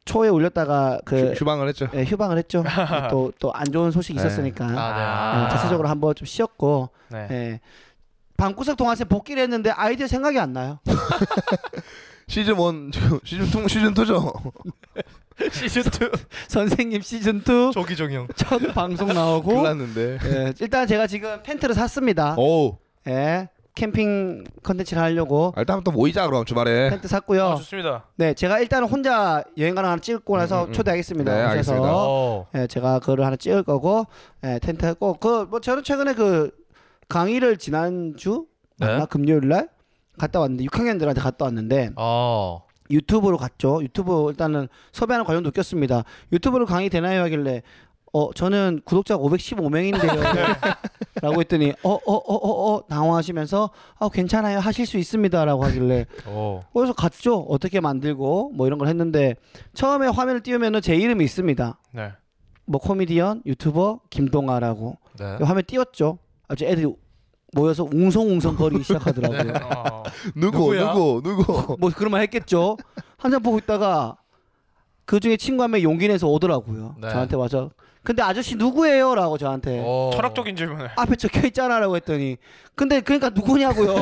초에 올렸다가 그
휴- 휴방을 했죠.
예, 휴방을 했죠. 또, 또 안 좋은 소식이
네.
있었으니까.
아,
예, 자체적으로 한번 좀 쉬었고,
네.
예. 방구석 동화생 복귀를 했는데 아이디어 생각이 안 나요.
시즌 1 시즌 2 시즌 2죠.
시즌 2
선생님 시즌 2첫
조기종 형.
방송
큰일
나오고,
났는데.
예, 일단 제가 지금 팬트를 샀습니다.
오.
예, 캠핑 컨텐츠를 하려고
어. 아, 네. 일단 또 모이자 그럼 주말에.
텐트 샀고요.
아, 좋습니다.
네, 제가 일단은 혼자 여행 가는 하나 찍고 나서
음, 음, 음.
초대하겠습니다.
네,
그래서
알겠습니다.
어.
예, 제가 그거를 하나 찍을 거고 예, 텐트 했고 그 뭐 저는 최근에 그 강의를 지난주
네.
맞나? 금요일 날 갔다 왔는데 6학년들한테 갔다 왔는데
어.
유튜브로 갔죠. 유튜브 일단은 섭외하는 과정도 웃겼습니다. 유튜브로 강의 되나요 하길래 어 저는 구독자 515명인데요. 라고 했더니 어 어 어 어 어 당황하시면서 아 괜찮아요 하실 수 있습니다라고 하길래
어.
그래서 갔죠. 어떻게 만들고 뭐 이런 걸 했는데 처음에 화면을 띄우면은 제 이름이 있습니다.
네.
뭐 코미디언, 유튜버 김동아라고
네.
화면 띄웠죠. 아주 애들이 모여서 웅성웅성 거리기 시작하더라고요.
어.
누구
누구야?
누구 누구.
뭐 그런 말 했겠죠. 한참 보고 있다가 그 중에 친구 한 명 용기 내서 오더라고요.
네.
저한테 와서 근데 아저씨 누구예요?라고 저한테
어.
철학적인 질문을.
앞에 적혀 있잖아라고 했더니 근데 그러니까 누구냐고요.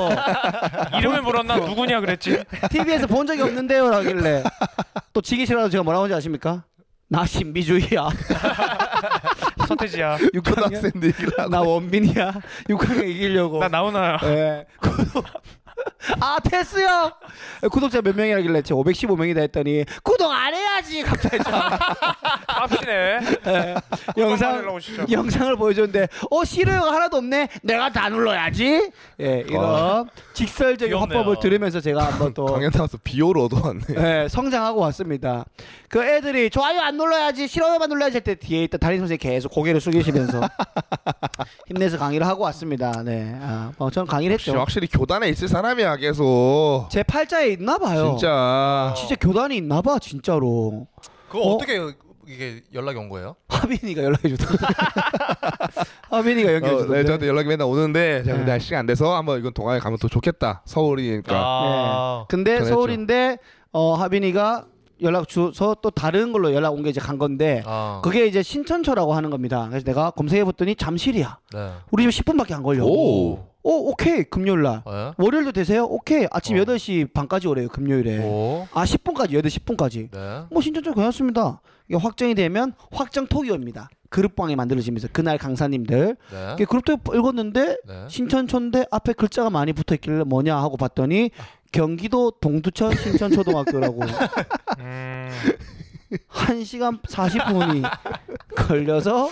이름을 물었나 누구냐 그랬지.
TV에서 본 적이 없는데요 하길래 또 지기 싫어서 제가 뭐라고 하는지 아십니까? 나 신비주의야
서태지야.
육학생들이라.
나 원빈이야 6학년 이기려고
나 나오나.
예. 구독 아 테스요 구독자 몇 명이라길래 제가 515명이다 했더니 구독 안 해야지 갑자기
깝치네.
영상
올라오시죠.
영상을 보여줬는데 어 싫어요가 하나도 없네 내가 다 눌러야지 예 이런 직설적인
귀엽네요.
화법을 들으면서 제가 한번 또
아. 강연 나와서 비호를 얻어왔네.
네, 성장하고 왔습니다. 그 애들이 좋아요 안 눌러야지 싫어요만 눌러야지 할 때 뒤에 있다 담임 선생님 계속 고개를 숙이시면서 힘내서 강의를 하고 왔습니다. 네, 아, 뭐 저는 강의를
역시
했죠.
확실히 교단에 있을 사람이야 계속.
제 팔자에 있나 봐요.
진짜.
진짜 교단이 있나 봐 진짜로.
그거
어?
어? 떻게 이게 연락이 온 거예요?
하빈이가 연락해 주던데. 하빈이가 연결해
어, 네,
주던데.
저한테 연락이 맨날 오는데 제가
네.
날씨가안 돼서 한번 이건 동아에 가면 또 좋겠다. 서울이니까.
아.
근데
전했죠.
서울인데 어, 하빈이가 연락 주서 또 다른 걸로 연락 온 게 이제 간 건데
아.
네. 그게 이제 신천초라고 하는 겁니다. 그래서 내가 검색해 봤더니 잠실이야.
네.
우리 집 10분밖에 안 걸려. 어,
오.
오 오케이 금요일 날
예.
월요일도 되세요? 오케이 아침
어.
8시 반까지 오래요 금요일에
오.
아 10분까지 8시 10분까지
네.
뭐 신청장 괜찮습니다 이게 확정이 되면 확정 토기입니다 그룹방이 만들어지면서 그날 강사님들
네.
이게 그룹도 읽었는데
네.
신천초인데 앞에 글자가 많이 붙어있길래 뭐냐 하고 봤더니 경기도 동두천 신천초등학교라고
음.
1시간 40분이 걸려서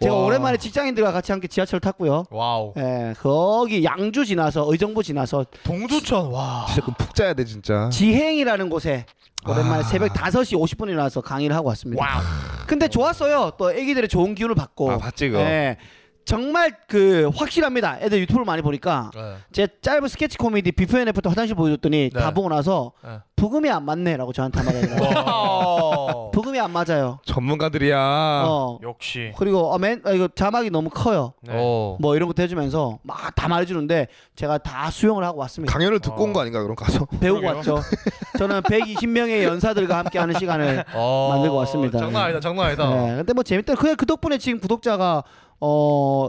제가
와.
오랜만에 직장인들과 같이 함께 지하철 탔고요
와우.
예, 거기 양주 지나서 의정부 지나서
동두천. 와.
진짜 그푹 자야 돼 진짜.
지행이라는 곳에 오랜만에
아.
새벽 5시 50분에 나와서 강의를 하고 왔습니다.
와우.
근데 좋았어요. 또 애기들의 좋은 기운을 받고.
아 봤지 그거.
예. 정말 그 확실합니다. 애들 유튜브를 많이 보니까
네.
제 짧은 스케치 코미디 비포 앤 애프터 화장실 보여줬더니
네.
다 보고 나서
네.
부금이 안 맞네라고 저한테 한마디로
와.
부금이 안 맞아요.
전문가들이야.
어.
역시.
그리고 어, 맨, 아, 이거 자막이 너무 커요.
네.
오.
뭐 이런 것도 해주면서 막 다 말해주는데 제가 다 수용을 하고 왔습니다.
강연을 듣고
어.
온 거 아닌가 그럼 가서.
배우고
그러게요.
왔죠. 저는 120명의 연사들과 함께하는 시간을
어.
만들고 왔습니다.
장난 아니다. 장난 아니다.
네, 근데 뭐 재밌다. 그냥 그 덕분에 지금 구독자가 어,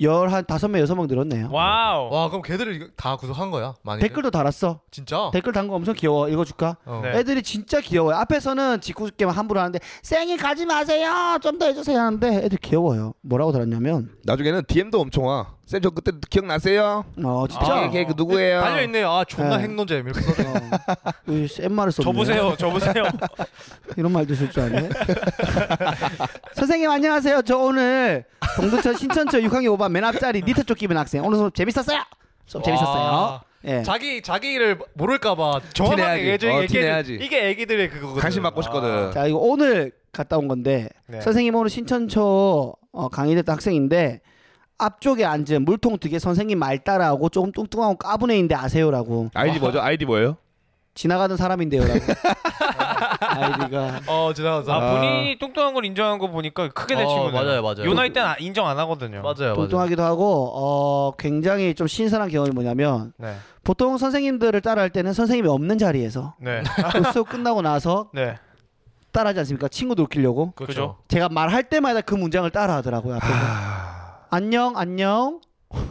어열한 다섯 명 여섯 명
어,
늘었네요.
와우.
와 그럼 걔들을 이거 다 구독한 거야? 많이.
댓글도 달았어.
진짜.
댓글 단 거 엄청 귀여워. 읽어줄까?
어.
네.
애들이 진짜 귀여워요. 앞에서는 짓궂게만 함부로 하는데 쌩이 가지 마세요. 좀 더 해주세요 하는데 애들 귀여워요. 뭐라고 달았냐면
나중에는 DM도 엄청 와. 쌤저 그때 기억나세요?
어
아.
진짜
걔, 걔그 누구예요?
달려 있네요. 아 존나
네.
행노잼 이렇게 써.
어, 이센 말을 썼네.
저 보세요. 저 보세요.
이런 말도 쓸 줄 아네. 선생님 안녕하세요. 저 오늘 동두천 신천초 6학년 5반 맨 앞자리 니트 쪽 입은 학생. 오늘 수업 재밌었어요. 수업 재밌었어요.
와.
예.
자기 자기를 모를까봐 정확하게
티내야지.
얘기해
어,
얘기해
티내야지.
이게 애기들의 그거거든.
관심 받고 싶거든.
아, 자 이거 오늘 갔다 온 건데
네.
선생님 오늘 신천초 어, 강의됐던 학생인데 앞쪽에 앉은 물통 두 개 선생님 말 따라하고 조금 뚱뚱하고 까분 애인데 아세요라고
아이디 뭐죠? 아이디 뭐예요?
지나가던 사람인데요라고 아이디가
어 지나가서.
아 본인이 뚱뚱한 걸 인정한 거 보니까 크게
어,
내 친구네.
맞아요, 맞아요.
요 나이 때는 아- 인정 안 하거든요.
맞아요, 맞아요.
뚱뚱하기도 하고 어, 굉장히 좀 신선한 경험이 뭐냐면
네.
보통 선생님들을 따라할 때는 선생님이 없는 자리에서
네.
그 수업 끝나고 나서
네.
따라하지 않습니까? 친구도 웃기려고
그죠?
제가 말할 때마다 그 문장을 따라하더라고요. 앞에서. 안녕 안녕.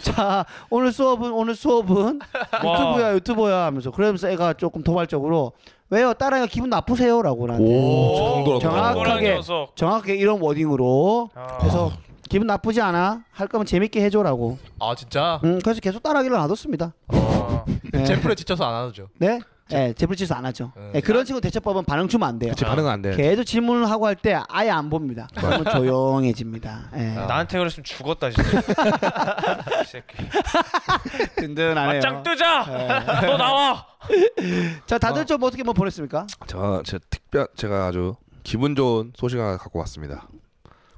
자 오늘 수업은 오늘 수업은 유튜브야 유튜버야 하면서 그러면서 애가 조금 도발적으로 왜요 따라가 기분 나쁘세요라고 나한테
오, 정도로
아, 네. 정확하게.
동그란 녀석.
정확하게 이런 워딩으로
아.
그래서 기분 나쁘지 않아 할 거면 재밌게 해줘라고.
아 진짜.
음 그래서 계속 따라하기를 놔뒀습니다.
어.
네.
제풀에 지쳐서 안 하죠.
네. 예, 제풀치수 안 하죠.
음.
예, 그런 친구 대처법은 반응 주면 안 돼요.
그치 반응은 안 돼.
계속 질문을 하고 할 때 아예 안 봅니다. 그러면 조용해집니다. 예.
아.
나한테 그랬으면 죽었다 진짜. 이 새끼.
든든하네요.
맞짱 뜨자. 너 나와.
자, 다들 좀 어떻게 뭐 보냈습니까?
저, 제 특별 제가 아주 기분 좋은 소식 하나 갖고 왔습니다.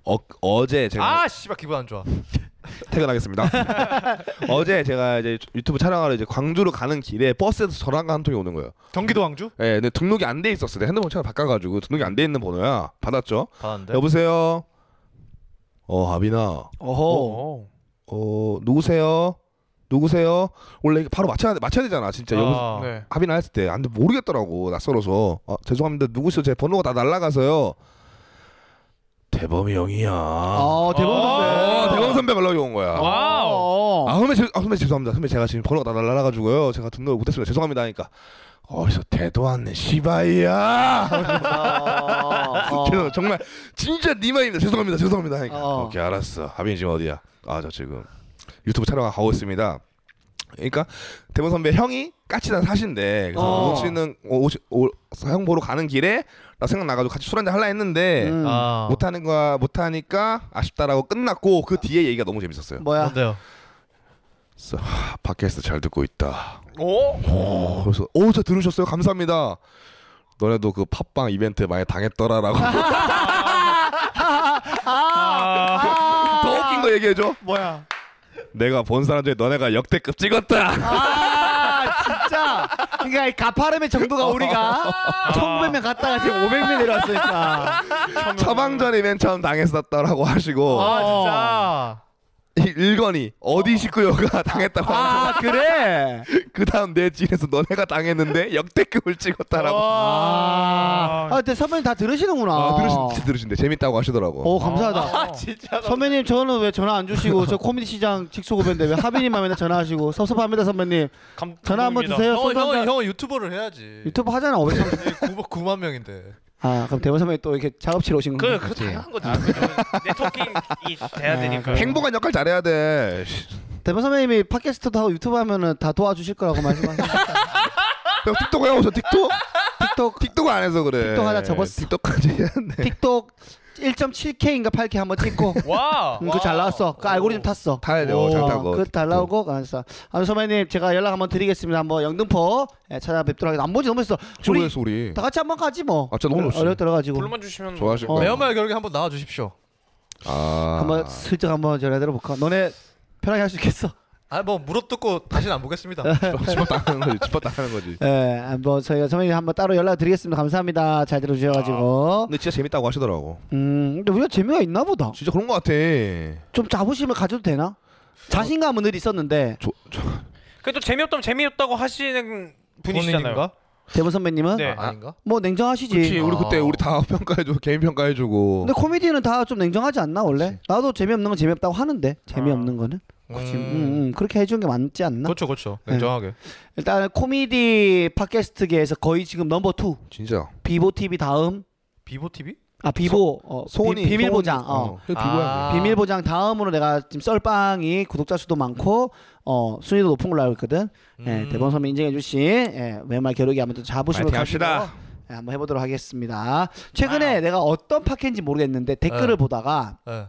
어, 어제 제가
아 씨발 기분 안 좋아.
퇴근하겠습니다. 어제 제가 이제 유튜브 촬영하러 이제 광주로 가는 길에 버스에서 전화가 한 통이 오는 거예요.
경기도 왕주?
예, 근데 등록이 안 돼 있었어요. 내가 핸드폰 차를 바꿔가지고 등록이 안 돼 있는 번호야. 받았죠.
가는데.
네. 여보세요. 어, 아빈아.
어허.
오.
어, 누구세요? 누구세요? 원래 이게 바로 맞춰야 맞춰야 되잖아, 진짜. 여보,
아,
네.
합의나 했을 때, 안 돼, 모르겠더라고, 낯설어서. 아, 죄송합니다. 누구세요? 제 번호가 다 날라가서요. 대범이 형이야.
어, 대범
어,
선배.
대범 선배 말라고 온
아.
거야.
와우.
어.
아 선배, 죄, 아 선배 죄송합니다. 선배 제가 지금 번호가 다 날라가지고요. 제가 등록을 못했습니다. 죄송합니다 하니까 어디서 대도 않는 시바이야.
어.
걔는 정말 진짜 네 말입니다. 죄송합니다. 죄송합니다 하니까
어.
오케이 알았어. 하빈이 지금 어디야? 아 저 지금 유튜브 촬영하고 있습니다. 그러니까 대본 선배 형이 까치단 사신데 그래서
어.
오시는 오시 오, 형 보러 가는 길에 나 생각 나가지고 같이 술 한잔 할라 했는데
음.
아.
못하는 거야 못하니까 아쉽다라고 끝났고 그 뒤에 얘기가 너무 재밌었어요.
뭐야?
뭔데요?
아, 팟캐스트 잘 듣고 있다.
오.
어, 그래서 오저 들으셨어요 감사합니다 너네도 그 팟빵 이벤트 많이 당했더라라고
아.
더 웃긴 거 얘기해줘
뭐야?
내가 본 사람 중에 너네가 역대급
음.
찍었다
아, 진짜. 그러니까 이 가파름의 정도가 우리가 1,900명 갔다가 지금 500명 내려왔으니까. 아.
처방전이 맨 처음 당했었다라고 하시고
아 진짜.
일 일건이 어디 식구요가 당했다고 하는
아 그래.
그 다음 내 집에서 너네가 당했는데 역대급을 찍었다라고
아, 아 근데 선배님 다 들으시는구나.
아, 들으신, 진짜 들으신데 재밌다고 하시더라고
오 어, 감사하다.
아 진짜 나-
선배님 저는 왜 전화 안 주시고 저 코미디 시장 직속 후배인데 왜 하빈이만 맨날 전화하시고 섭섭합니다 선배님.
감,
전화 한번
감동입니다.
주세요.
형은
손상가-
형은 형은 유튜버를 해야지.
유튜브 하잖아 500.
9, 9만 명인데.
아 그럼 대본 선배님 또 이렇게 작업실 오신
그,
거예요?
그 다양한 거죠. 네트워킹이 그러니까 돼야
아,
되니까.
그래요.
행복한 역할 잘해야 돼
대본 선배님이 팟캐스트도 하고 유튜브 하면은 다 도와주실 거라고 말씀하셨어요.
형 틱톡 해보셔 틱톡?
틱톡
틱톡 안 해서 그래
틱톡 하나 접었어.
틱톡까지 해야네
틱톡 1.7K인가 8K 한번 찍고
와.
음, 그잘 나왔어. 그 알고리즘 탔어.
타야 돼요 잘 타고 뭐,
그잘 나오고 알았어. 아 선배님 제가 연락 한번 드리겠습니다. 한번 영등포 예, 찾아뵙도록 하겠습니다. 안 보지 너무 했어.
지금
우리
왜 소리
다 같이 한번 가지 뭐.
아, 진짜 너무 좋지.
어려 들어가지고
불러만 주시면
좋아하실
어.
거야
매연말 겨울에 한번 나와 주십시오.
아
한번 슬쩍 한번 전화 들어볼까. 너네 편하게 할 수 있겠어?
아 뭐 무릎 뜯고 다시는 안 보겠습니다.
집었다는 거지 집었다는 거지
예, 한번 저희가 선배님 한번 따로 연락 드리겠습니다. 감사합니다. 잘 들어주셔가지고.
근데 진짜 재밌다고 하시더라고
음, 근데 우리가 재미가 있나 보다.
진짜 그런 거 같아
좀 자부심을 가져도 되나? 자신감은 늘 있었는데
저, 저,
그또 재미없다면 재미없다고 하시는 분이시잖아요.
본인인가?
대본 선배님은
네.
아, 아닌가?
뭐 냉정하시지.
그치 우리 그때
아.
우리 다 평가해주고 개인 평가해주고
근데 코미디는 다 좀 냉정하지 않나 원래? 나도 재미없는 건 재미없다고 하는데 재미없는 거는 그치. 아. 음,
음.
음, 그렇게 해주는 게 맞지 않나?
그렇죠, 그렇죠.
네.
냉정하게.
일단 코미디 팟캐스트계에서 거의 지금 넘버 투
진짜
비보 TV 다음
비보 TV?
아 비보 어,
소원이
비, 비밀보장 어.
그래, 비밀보장.
아.
비밀보장 다음으로 내가 지금 썰빵이 구독자 수도 많고 어 순위도 높은 걸로 알고 있거든. 예,
음.
대본 선배 인정해 주신 예, 외말 겨루기 한번 좀 자부심을
파이팅 합시다.
가지고, 예, 한번 해보도록 하겠습니다. 최근에 내가 어떤 팟캐인지 모르겠는데 댓글을
네.
보다가
예.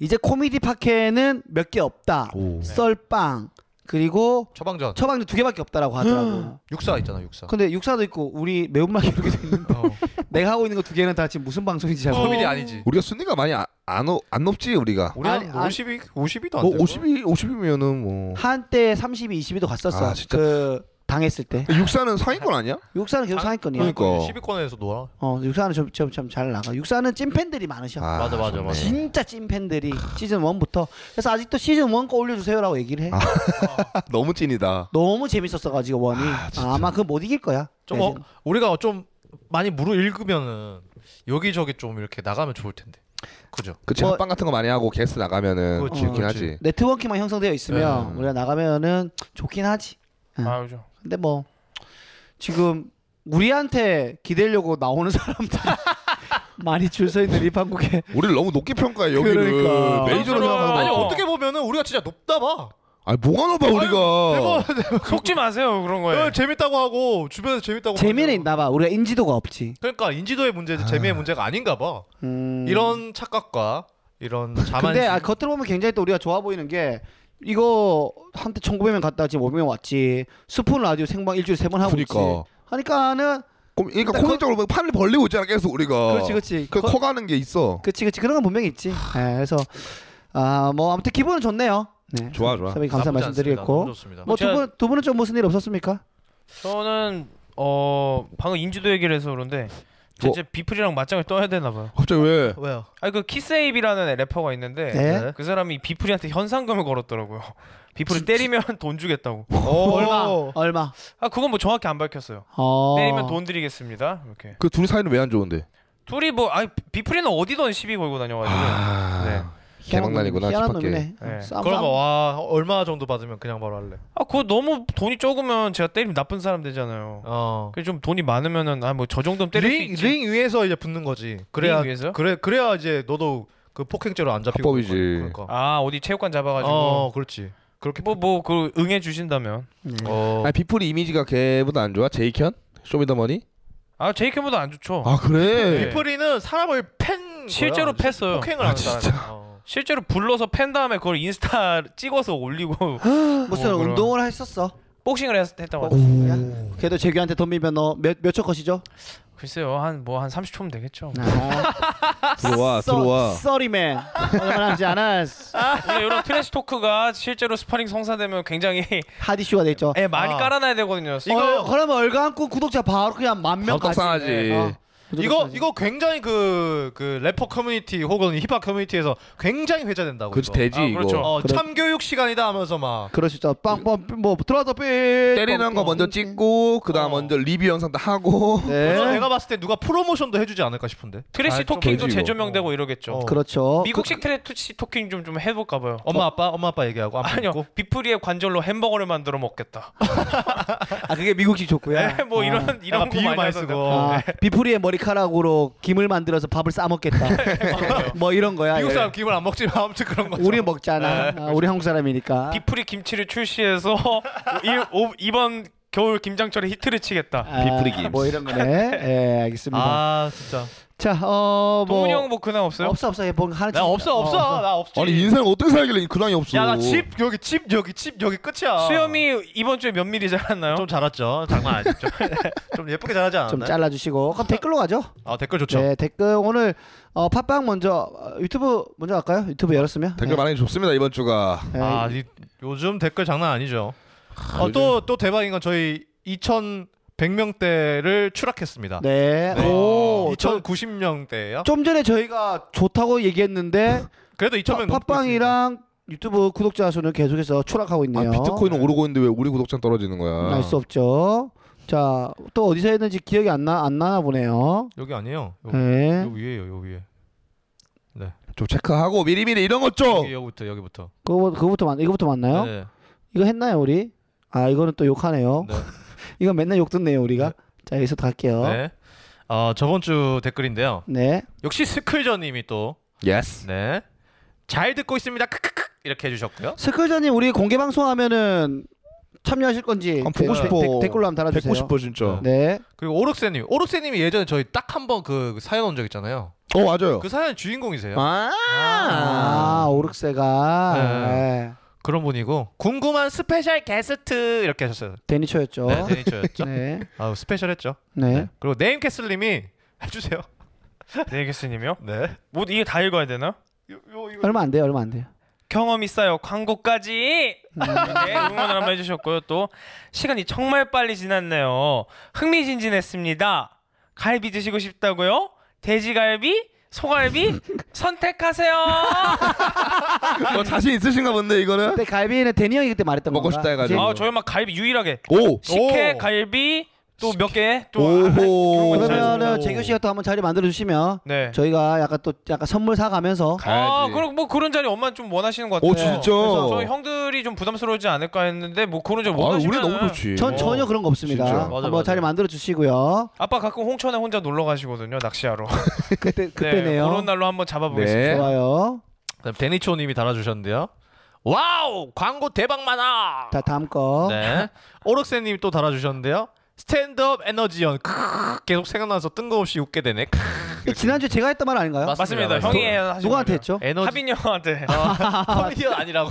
이제 코미디 팟캐는 몇 개 없다.
네.
썰빵 그리고
처방전.
처방전 두 개밖에 없다라고 하더라고.
육사 있잖아, 육사.
근데 육사도 있고 우리 매운맛 이렇게 돼 있는
어.
내가 하고 있는 거 두 개는 다 지금 무슨 방송인지 잘 모르겠어.
코미디 아니지.
우리가 순위가 많이 안, 안, 오- 안 높지 우리가
우리
아니,
한
아니.
50이 50이도 안
뭐
돼.
50이 50이면은 뭐
한때 32, 22도 갔었어.
아, 진짜?
그 당했을 때.
육사는 상위권 아니야?
육사는 계속
아,
상위권이야.
그러니까.
10위권에서 놀아.
어, 육사는 좀좀잘 나가. 육사는 찐팬들이 많으셔.
아,
맞아, 맞아,
좋네.
맞아.
진짜 찐팬들이 시즌 1부터 그래서 아직도 시즌 1거 올려주세요라고 얘기를 해.
아. 너무 찐이다
너무 재밌었어가지고 원이 아, 마 그 못 이길 거야.
좀 어, 우리가 좀 많이 무르익으면은 여기저기 좀 이렇게 나가면 좋을 텐데. 그죠?
그치
뭐-
합방 같은 거 많이 하고 게스트 나가면은
그렇지,
좋긴
그렇지.
하지
네트워킹만 형성되어 있으면
네.
우리가 나가면은 좋긴 하지.
아, 그죠.
근데 뭐 지금 우리한테 기대려고 나오는 사람들 많이 줄 서 있는 이 한국에
우리를 너무 높게 평가해 여기를
그러니까.
메이저로
그럼-
생각하는 거
아니,
아니
같아.
어.
어떻게 보면은 우리가 진짜 높다 봐.
아니 뭐가 높아
어.
우리가
속지 마세요 그런
어,
거에.
재밌다고 하고 주변에서 재밌다고
재미는
하면은.
있나봐. 우리가 인지도가 없지.
그러니까 인지도의 문제지 재미의 문제가 아닌가 봐.
음.
이런 착각과 이런 자만심.
근데 아, 겉으로 보면 굉장히 또 우리가 좋아 보이는 게 이거 한때 1900명 갔다 지금 500명 왔지. 스푼 라디오 생방 일주일에 세 번 하고 있지.
그러니까
하니까는
그럼 그러니까
일단
공격적으로 보면 판을 벌리고 있잖아 계속
어.
우리가
그렇지 그렇지.
그
거-
커가는 게 있어
그치 그치 그런 건 분명히 있지. 예, 그래서 아 뭐 아무튼 기분은 좋네요. 네.
좋아, 좋아.
선배님 감사
나쁘지 않습니다.
말씀드리겠고.
너무 좋습니다.
뭐 두 분 두 분은 좀 무슨 일 없었습니까?
저는 어 방금 인지도 얘기를 해서 그런데 제
뭐-
제 비플이랑 맞짱을 떠야 되나 봐요.
갑자기 왜
왜요?
아니 그 키세이비라는 래퍼가 있는데
네.
그 사람이 비플이한테 현상금을 걸었더라고요. 비플을 때리면 돈 주겠다고.
어,
어,
얼마 얼마?
아 그건 뭐 정확히 안 밝혔어요.
어.
때리면 돈 드리겠습니다. 이렇게.
그 둘이 사이는 왜 안 좋은데
둘이 뭐 아니 비플이는 어디든 시비 걸고 다녀가지고. 아, 네.
아
희한한
개망난이구나,
놈이- 희한한
집밖에.
놈이네.
네.
싸움, 싸움.
그러면 뭐, 와 얼마 정도 받으면 그냥 바로 할래.
아 그거 너무 돈이 적으면 제가 때리면 나쁜 사람 되잖아요.
어.
그좀 돈이 많으면은 아 뭐 저 정도면 때릴 수
링,
있지.
링 위에서 이제 붙는 거지. 그래야
링 위에서요?
그래 그래야 이제 너도 그 폭행죄로 안 잡히고.
합법이지.
그럴 거니까.
아 어디 체육관 잡아가지고
어, 그렇지.
그렇게 뭐뭐그 응해 주신다면
네.
어.
아니 비풀이 이미지가 걔보다 안 좋아? 제이켄? 쇼미더머니?
아 제이크보다 안 좋죠.
아 그래
네.
피플이는 사람을 팬
실제로
거야.
팼어요.
폭행을
아,
하는 사람. 어.
실제로 불러서 팬 다음에 그걸 인스타 찍어서 올리고
무슨
어, 그럼.
운동을 했었어?
복싱을 했,
어.
했다고 하죠.
오. 걔도 재규한테 돈 밀면 너몇몇초 컷이죠?
글쎄요 한 뭐 한 30초면 되겠죠.
어.
아, 들어와
아,
들어와
쏘리맨. 얼마 남지 않았어.
원래 이런 트래시 토크가 실제로 스파링 성사되면 굉장히
하디슈가 돼 있죠.
예, 많이
아.
어.
깔아놔야 되거든요.
이거 그러면 얼간꾼 구독자 바로 그냥 만명
떡상하지
어.
이거 이거 굉장히 그 그 래퍼 커뮤니티 혹은 힙합 커뮤니티에서 굉장히 회자된다고.
그렇지
이거.
되지
아,
이거.
그렇죠.
어,
그래.
참교육 시간이다 하면서 막
그럴 수 있다. 빵빵 뭐 들어와서 삐
때리는 거
뻥,
먼저
뻥.
찍고 그다음
어.
먼저 리뷰 영상도 하고
그래서
네.
어, 내가 봤을 때 누가 프로모션도 해주지 않을까 싶은데.
트래시
아, 좀
토킹도
되지, 이거.
재조명되고 이러겠죠.
어.
그렇죠.
뭐 미국식 트래시 토킹 좀 좀 해볼까 봐요.
엄마 아빠 엄마 아빠 얘기하고 안
아니요
먹고.
비프리의 관절로 햄버거를 만들어 먹겠다.
아 그게 미국식 좋고요.
네, 뭐 이런 이런
약간
거
비유
많이
많이
쓰고.
쓰고.
아, 비프리의 머리카락으로 김을 만들어서 밥을 싸 먹겠다. 뭐 이런
아,
거야.
예.
미국 사람 김을 안 먹지만 아무튼 그런 거.
우리 먹잖아. 아, 우리 한국 사람이니까.
비프리 김치를 출시해서 이, 오, 이번 겨울 김장철에 히트를 치겠다.
아,
비프리 김.
뭐 이런 거네. 예, 알겠습니다.
아 진짜.
자, 어, 뭐
동훈이 형 뭐 근황 없어요?
없어 없어. 얘 뭔가 하나
나 없어 아, 없어 나 없지.
아니 인생 어떻게 살길래 근황이 없어.
야나 집 여기 집 여기 집 여기
아.
끝이야.
수염이 이번 주에 몇 미리 자랐나요?
좀 자랐죠. 장난 아니죠. 좀 예쁘게 자라지 않았나요?
좀 잘라 주시고. 그럼 댓글로 가죠.
아 댓글 좋죠.
네, 댓글 오늘 어, 팟빵 먼저 어, 유튜브 먼저 갈까요? 유튜브 열었으면.
댓글 많이 좁습니다 이번 주가.
네.
아
네.
이, 요즘 댓글 장난 아니죠. 어,
요즘-
또 또 대박인 건 저희 2,100명대를 추락했습니다.
네.
네.
오, 저,
2,090명대예요.
좀 전에 저희가 좋다고 얘기했는데
그래도 2,000명 넘고 있습니다.
팟빵이랑 유튜브 구독자 수는 계속해서 추락하고
아
있네요. 음,
비트코인은 오르고 있는데 왜 우리 구독자 는 떨어지는 거야?
알 수 없죠. 자, 또 어디서 했는지 기억이 안 나 안 나나 보네요.
여기 아니에요. 요, 요
네.
위에요. 요 위에.
좀 체크하고 미리미리 이런 것 좀.
여기, 여기부터 여기부터.
그거 그거부터 만 이거부터 맞나요?
네.
이거 했나요, 우리? 아, 이거는 또 욕하네요.
네.
이건 맨날 욕 듣네요, 우리가. 자, 여기서 또 할게요. 네.
네. 어, 저번 주 댓글인데요. 역시 스클저 님이 또
예스.
네. 잘 듣고 있습니다. 크크크 이렇게 해 주셨고요.
스크전님 우리 공개 방송하면은 참여하실 건지
한번 보고
데-
싶어.
데- 댓글로 한번 달아 주세요.
뵙고 싶어 진짜.
네.
그리고 오록세 님. 오록세 님이 예전에 저희 딱 한 번 그 사연 온 적 있잖아요.
어 맞아요.
그 사연 주인공이세요.
아.
아, 오륵세가
네.
네.
그런 분이고 궁금한 스페셜 게스트 이렇게 하셨어요.
데니초였죠.
네, 데니처였죠.
네.
아, 스페셜했죠.
네.
네. 그리고 네임캐슬님이 해주세요.
네, 교수님이요.
네.
뭐 이게 다 읽어야 되나?
요, 요, 이거.
얼마 안 돼요, 얼마 안 돼요.
경험이 쌓여 광고까지
음.
네, 응원을 한번 해주셨고요. 또 시간이 정말 빨리 지났네요. 흥미진진했습니다. 갈비 드시고 싶다고요? 돼지갈비? 소갈비? 선택하세요.
어, 자신 있으신가 본데 이거는.
그때 갈비는 데니 형이 그때 말했던
먹고
건가?
싶다 해가지고.
그치?
아 저희 막 갈비 유일하게
네. 오.
식혜
오.
갈비 또 몇 개? 또
오호.
그런 거 있잖아요.
그러면은 재규 씨가 또 한번 자리 만들어 주시면
네.
저희가 약간 또 약간 선물 사가면서
아
가야지.
그럼 뭐 그런 자리 엄마 좀 원하시는 것 같아요.
오 진짜.
그래서 저희 형들이 좀 부담스러워지 않을까 했는데 뭐 그런 자리
아
원하시면
우리 너무 좋지. 네.
전
어.
전혀 그런 거 없습니다.
진짜.
한번
맞아, 맞아.
자리 만들어 주시고요.
아빠 가끔 홍천에 혼자 놀러 가시거든요 낚시하러.
아,
그때 그때네요.
네, 그런 날로 한번 잡아보겠습니다.
네.
좋아요.
그다음 데니초님이 달아주셨는데요. 와우 광고 대박 많아.
자 다음 거.
네. 오록세님이 또 달아주셨는데요. 스탠드업 에너지연 크으, 계속 생각나서 뜬금없이 웃게 되네. 크으.
이거 지난주 에 제가 했던 말 아닌가요?
맞습니다. 형이 하신
누구한테 아,
거예요.
했죠?
에너지
하빈이 형한테. 아,
커미디언 아, 아니라고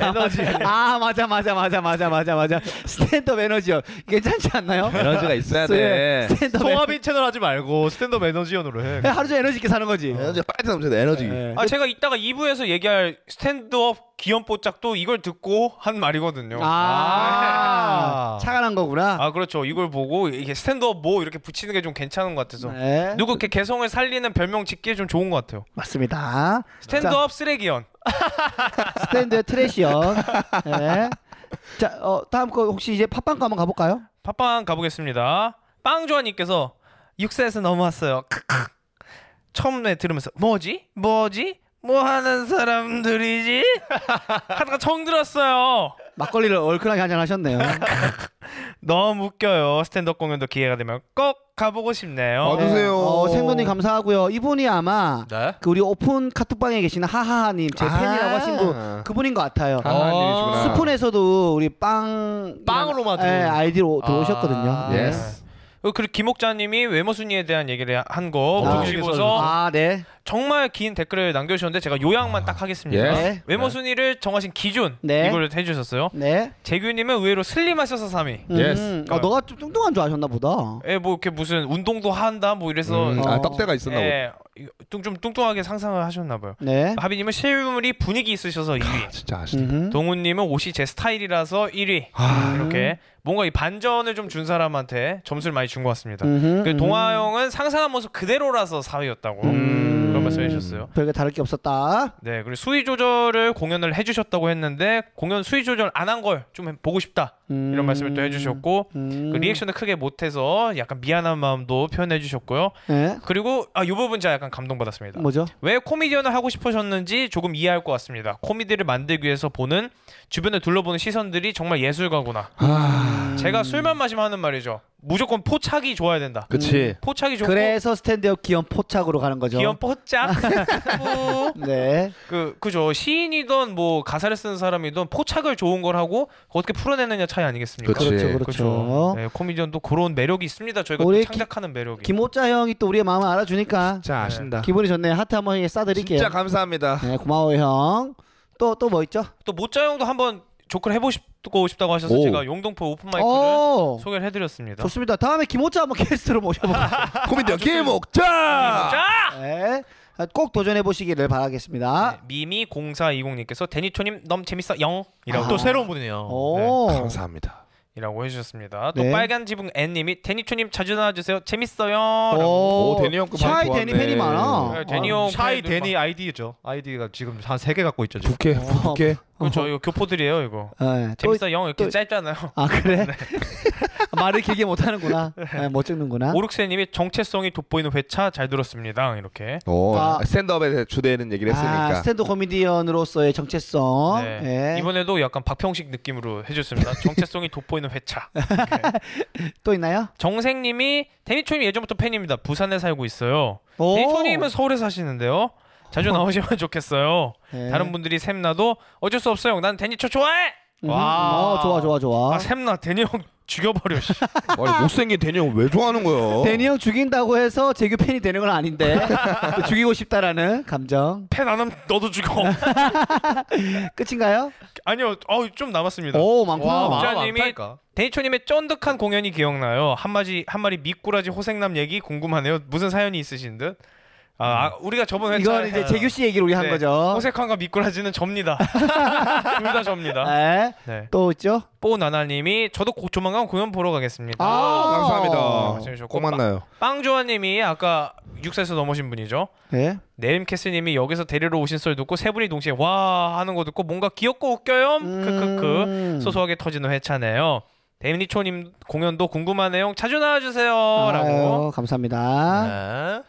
에너지
아 맞아 맞아 맞아 맞아 맞아 맞아 스탠드업 에너지요. 괜찮지 않나요?
에너지가 있어야
예,
돼.
네.
스탠드업 에너지.
송하빈 채널 하지 말고 스탠드업 에너지연으로 해.
하루 종일 에너지 있게 사는 거지.
네.
에너지가 빨리 넘쳐야 돼. 에너지.
예.
아 제가 이따가 2부에서 얘기할 스탠드업 기염뽀짝도 이걸 듣고 한 말이거든요.
아,
아.
차가 난 거구나.
아 그렇죠. 이걸 보고 이게 스탠드업 뭐 이렇게 붙이는 게 좀 괜찮은 것 같아서.
네.
누구 이렇게 개성을 살리는 별명 짓기에 좀 좋은 것 같아요.
맞습니다.
스탠드업 쓰레기연.
스탠드의 트래시언. 네. 자, 어, 다음 거 혹시 이제 팟빵 거 한번 가볼까요?
팟빵 가보겠습니다. 빵조아님께서 육사에서 넘어왔어요. 크크. 처음에 들으면서 뭐지? 뭐지? 뭐 하는 사람들이지? 하다가 정 들었어요.
막걸리를 얼큰하게 한잔 하셨네요.
너무 웃겨요. 스탠드업 공연도 기회가 되면 꼭 가보고 싶네요.
어, 와주세요.
어, 생도님 감사하고요. 이분이 아마
네.
그 우리 오픈 카톡방에 계시는 하하하님 제
아.
팬이라고 하신 분 그분인 것 같아요.
아,
하나님이시구나.
스푼에서도 우리 빵
빵으로만 들어오는-
예, 아이디로
아.
들어오셨거든요. 네.
예스.
음. 어, 그리고 김옥자님이 외모 순위에 대한 얘기를 한 거
아.
보시고서
아, 네.
정말 긴 댓글을 남겨주셨는데 제가 요약만 딱 하겠습니다.
네.
외모 순위를 정하신 기준
네.
이걸 해주셨어요.
네.
재규님은 의외로 슬림하셔서 3위.
음.
예스.
아, 너가 좀 뚱뚱한 줄 아셨나 보다.
예, 뭐 이렇게 무슨 운동도 한다 뭐 이래서
음,
어.
아 떡대가 있었나 보다.
예, 좀, 좀 뚱뚱하게 상상을 하셨나 봐요.
네.
하빈님은 실물이 분위기 있으셔서 2위.
진짜 아쉽다.
음흠.
동훈님은 옷이 제 스타일이라서 1위.
아,
이렇게 뭔가 이 반전을 좀 준 사람한테 점수를 많이 준 것 같습니다.
음흠,
그
음흠.
동아 형은 상상한 모습 그대로라서 4위였다고
음.
그런 말씀해 주셨어요.
별게 다를 게 없었다.
네, 그리고 수위 조절을 공연을 해주셨다고 했는데 공연 수위 조절 안 한 걸 좀 보고 싶다
음.
이런 말씀을 또 해주셨고
음.
그 리액션을 크게 못해서 약간 미안한 마음도 표현해 주셨고요.
네.
그리고 아, 이 부분 제가 약간 감동받았습니다.
뭐죠?
왜 코미디언을 하고 싶으셨는지 조금 이해할 것 같습니다. 코미디를 만들기 위해서 보는 주변을 둘러보는 시선들이 정말 예술가구나.
아,
아,
음.
제가 술만 마시면 하는 말이죠. 무조건 포착이 좋아야 된다.
그치.
포착이 좋고
그래서 스탠드업 기염 포착으로 가는 거죠.
귀염 포착. 후.
네.
뭐, 그 그죠 시인이든 뭐 가사를 쓰는 사람이든 포착을 좋은 걸 하고 어떻게 풀어내느냐 차이 아니겠습니까?
그치.
그렇죠, 그렇죠.
그죠. 네, 코미디언도 그런 매력이 있습니다. 저희가 또
우리
창작하는 매력이.
김호자 형이 또 우리의 마음을 알아주니까
진짜 아신다.
기분이 좋네요. 하트 한번 쏴드릴게요.
진짜 감사합니다.
네, 고마워 형. 또 또 뭐 있죠?
또 모짜 형도 한번 조크를 해보고 싶다고 하셔서
오.
제가 용동포 오픈 마이크를
오,
소개를 해드렸습니다.
어. 좋습니다. 다음에 김호자 한번 게스트로 모셔볼게요.
코미디언 김옥자.
네. 꼭 도전해 보시기를 바라겠습니다.
네, 미미 0420님께서 데니초님 너무 재밌어 영이라고
아.
또 새로운 분이네요.
어.
오.
어,
감사합니다.
이라고 해주셨습니다. 또
네.
빨간 지붕 앤님이 데니초님 자주 나와주세요 재밌어요.
오,
오, 데니 형거
샤이 데니
많이 좋아하네.
팬이
어.
많아. 어.
네, 데니 형
샤이
팬들
데니 아이디죠. 아이디가 지금 한 세 개 갖고 있죠. 지금.
부캐 부캐.
그렇죠 이거 교포들이에요 이거.
네, 또-
재밌어 네. 영 이렇게
또-
짧잖아요.
아 그래? 말을 길게 못하는구나. 네, 못 찍는구나.
오륵세님이 정체성이 돋보이는 회차 잘 들었습니다. 이렇게.
오,
아.
어, 스탠드업에 주되는 얘기를
아,
했으니까.
스탠드 코미디언으로서의 정체성.
네.
예.
이번에도 약간 박평식 느낌으로 해줬습니다. 정체성이 돋보이는 회차.
또 있나요?
정생님이 데니초님 예전부터 팬입니다. 부산에 살고 있어요.
오. 어.
데니초님은 서울에 사시는데요. 자주 나오시면 좋겠어요.
네.
다른 분들이 샘나도 어쩔 수 없어요. 난 데니초 좋아해.
음,
와.
어, 좋아 좋아 좋아.
아 샘나 데니 형 죽여버려. 씨.
아니, 못생긴 데니 형 왜 좋아하는 거야?
데니 형 죽인다고 해서 재규 팬이 되는 건 아닌데 또 죽이고 싶다라는 감정
팬 안하면 너도 죽어.
아. 끝인가요?
아니요. 어우 좀 남았습니다.
오 많구나.
와. 부자님이-
많다니까.
데니초님의 쫀득한 공연이 기억나요. 한마디 한마리 미꾸라지 호생남 얘기 궁금하네요. 무슨 사연이 있으신 듯? 아, 아, 우리가 저번 회차에
이건 이제 재규 씨 얘기를 우리 한
네.
거죠.
호색한과 미꾸라지는 접니다. 둘 다 접니다.
네.
네.
또 있죠?
뽀나나님이 저도 곧 조만간 공연 보러 가겠습니다.
아.
감사합니다.
말씀해주셨고,
꼭 만나요.
빵조아님이 아까 육사에서 넘어신 분이죠.
네.
네임캐스님이 여기서 데리러 오신 소리 듣고 세 분이 동시에 와 하는 거 듣고 뭔가 귀엽고 웃겨요. 크크크.
음.
소소하게 터지는 회차네요. 데미니초님 공연도 궁금한 내용 자주 나와주세요라고
아유, 감사합니다.
네.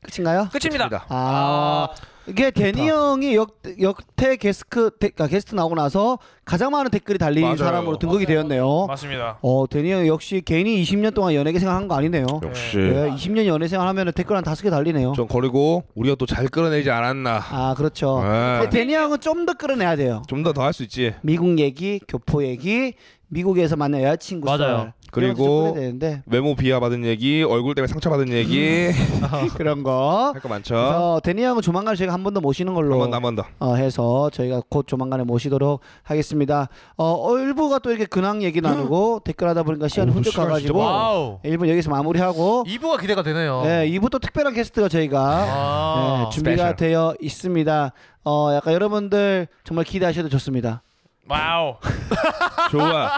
끝인가요?
끝입니다.
아, 이게 데니 형이 역, 역태 게스트, 데, 아, 게스트 나오고 나서 가장 많은 댓글이 달린
맞아요.
사람으로 등극이 되었네요.
맞습니다.
어, 데니 형 역시 괜히 20년 동안 연예계 생활한 거 아니네요.
역시
네, 20년 연예 생활하면 댓글 한 다섯 개 달리네요.
좀 거리고 우리가 또 잘 끌어내지 않았나.
아, 그렇죠. 근데 데니 형은 좀 더 끌어내야 돼요.
좀 더 더 할 수 있지.
미국 얘기, 교포 얘기, 미국에서 만난 여자친구
맞아요.
썰. 이런 거좀
그리고-
끌어내야 되는데
외모 비하 받은 얘기, 얼굴 때문에 상처 받은 얘기
그런 거.
할 거 많죠.
그래서 데니 형은 조만간 저희가 한 번 더 모시는
한
걸로
번 더 한 번 더.
어, 해서 저희가 곧 조만간에 모시도록 하겠습니다. 어, 일부가 또 이렇게 근황 얘기 나누고 댓글 하다 보니까 시간이
음. 오,
훌쩍
시간이
가가지고
진짜
와우.
일부 여기서 마무리하고
2부가 기대가
어.
되네요.
네, 2부 또 특별한 게스트가 저희가
아.
네, 준비가
스페셜.
되어 있습니다. 어, 약간 여러분들 정말 기대하셔도 좋습니다.
와우.
좋아.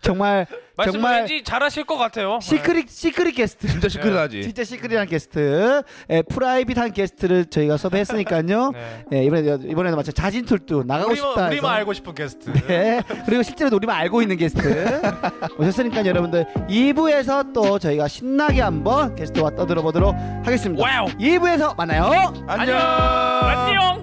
정말
말씀
정말-
왠지 잘하실 것 같아요.
시크릿 시크릿 게스트.
진짜
예.
시크릿하지.
진짜 시크릿한 게스트, 예, 프라이빗한 게스트를 저희가 섭외했으니까요.
네.
예, 이번에 이번에도 마찬가지 자진툴도 나가고 싶다.
우리만, 우리만
해서.
알고 싶은 게스트.
네. 그리고 실제로 우리만 알고 있는 게스트 오셨으니까 여러분들 2부에서 또 저희가 신나게 한번 게스트와 떠들어 보도록 하겠습니다.
와우.
2부에서 만나요.
안녕. 안녕.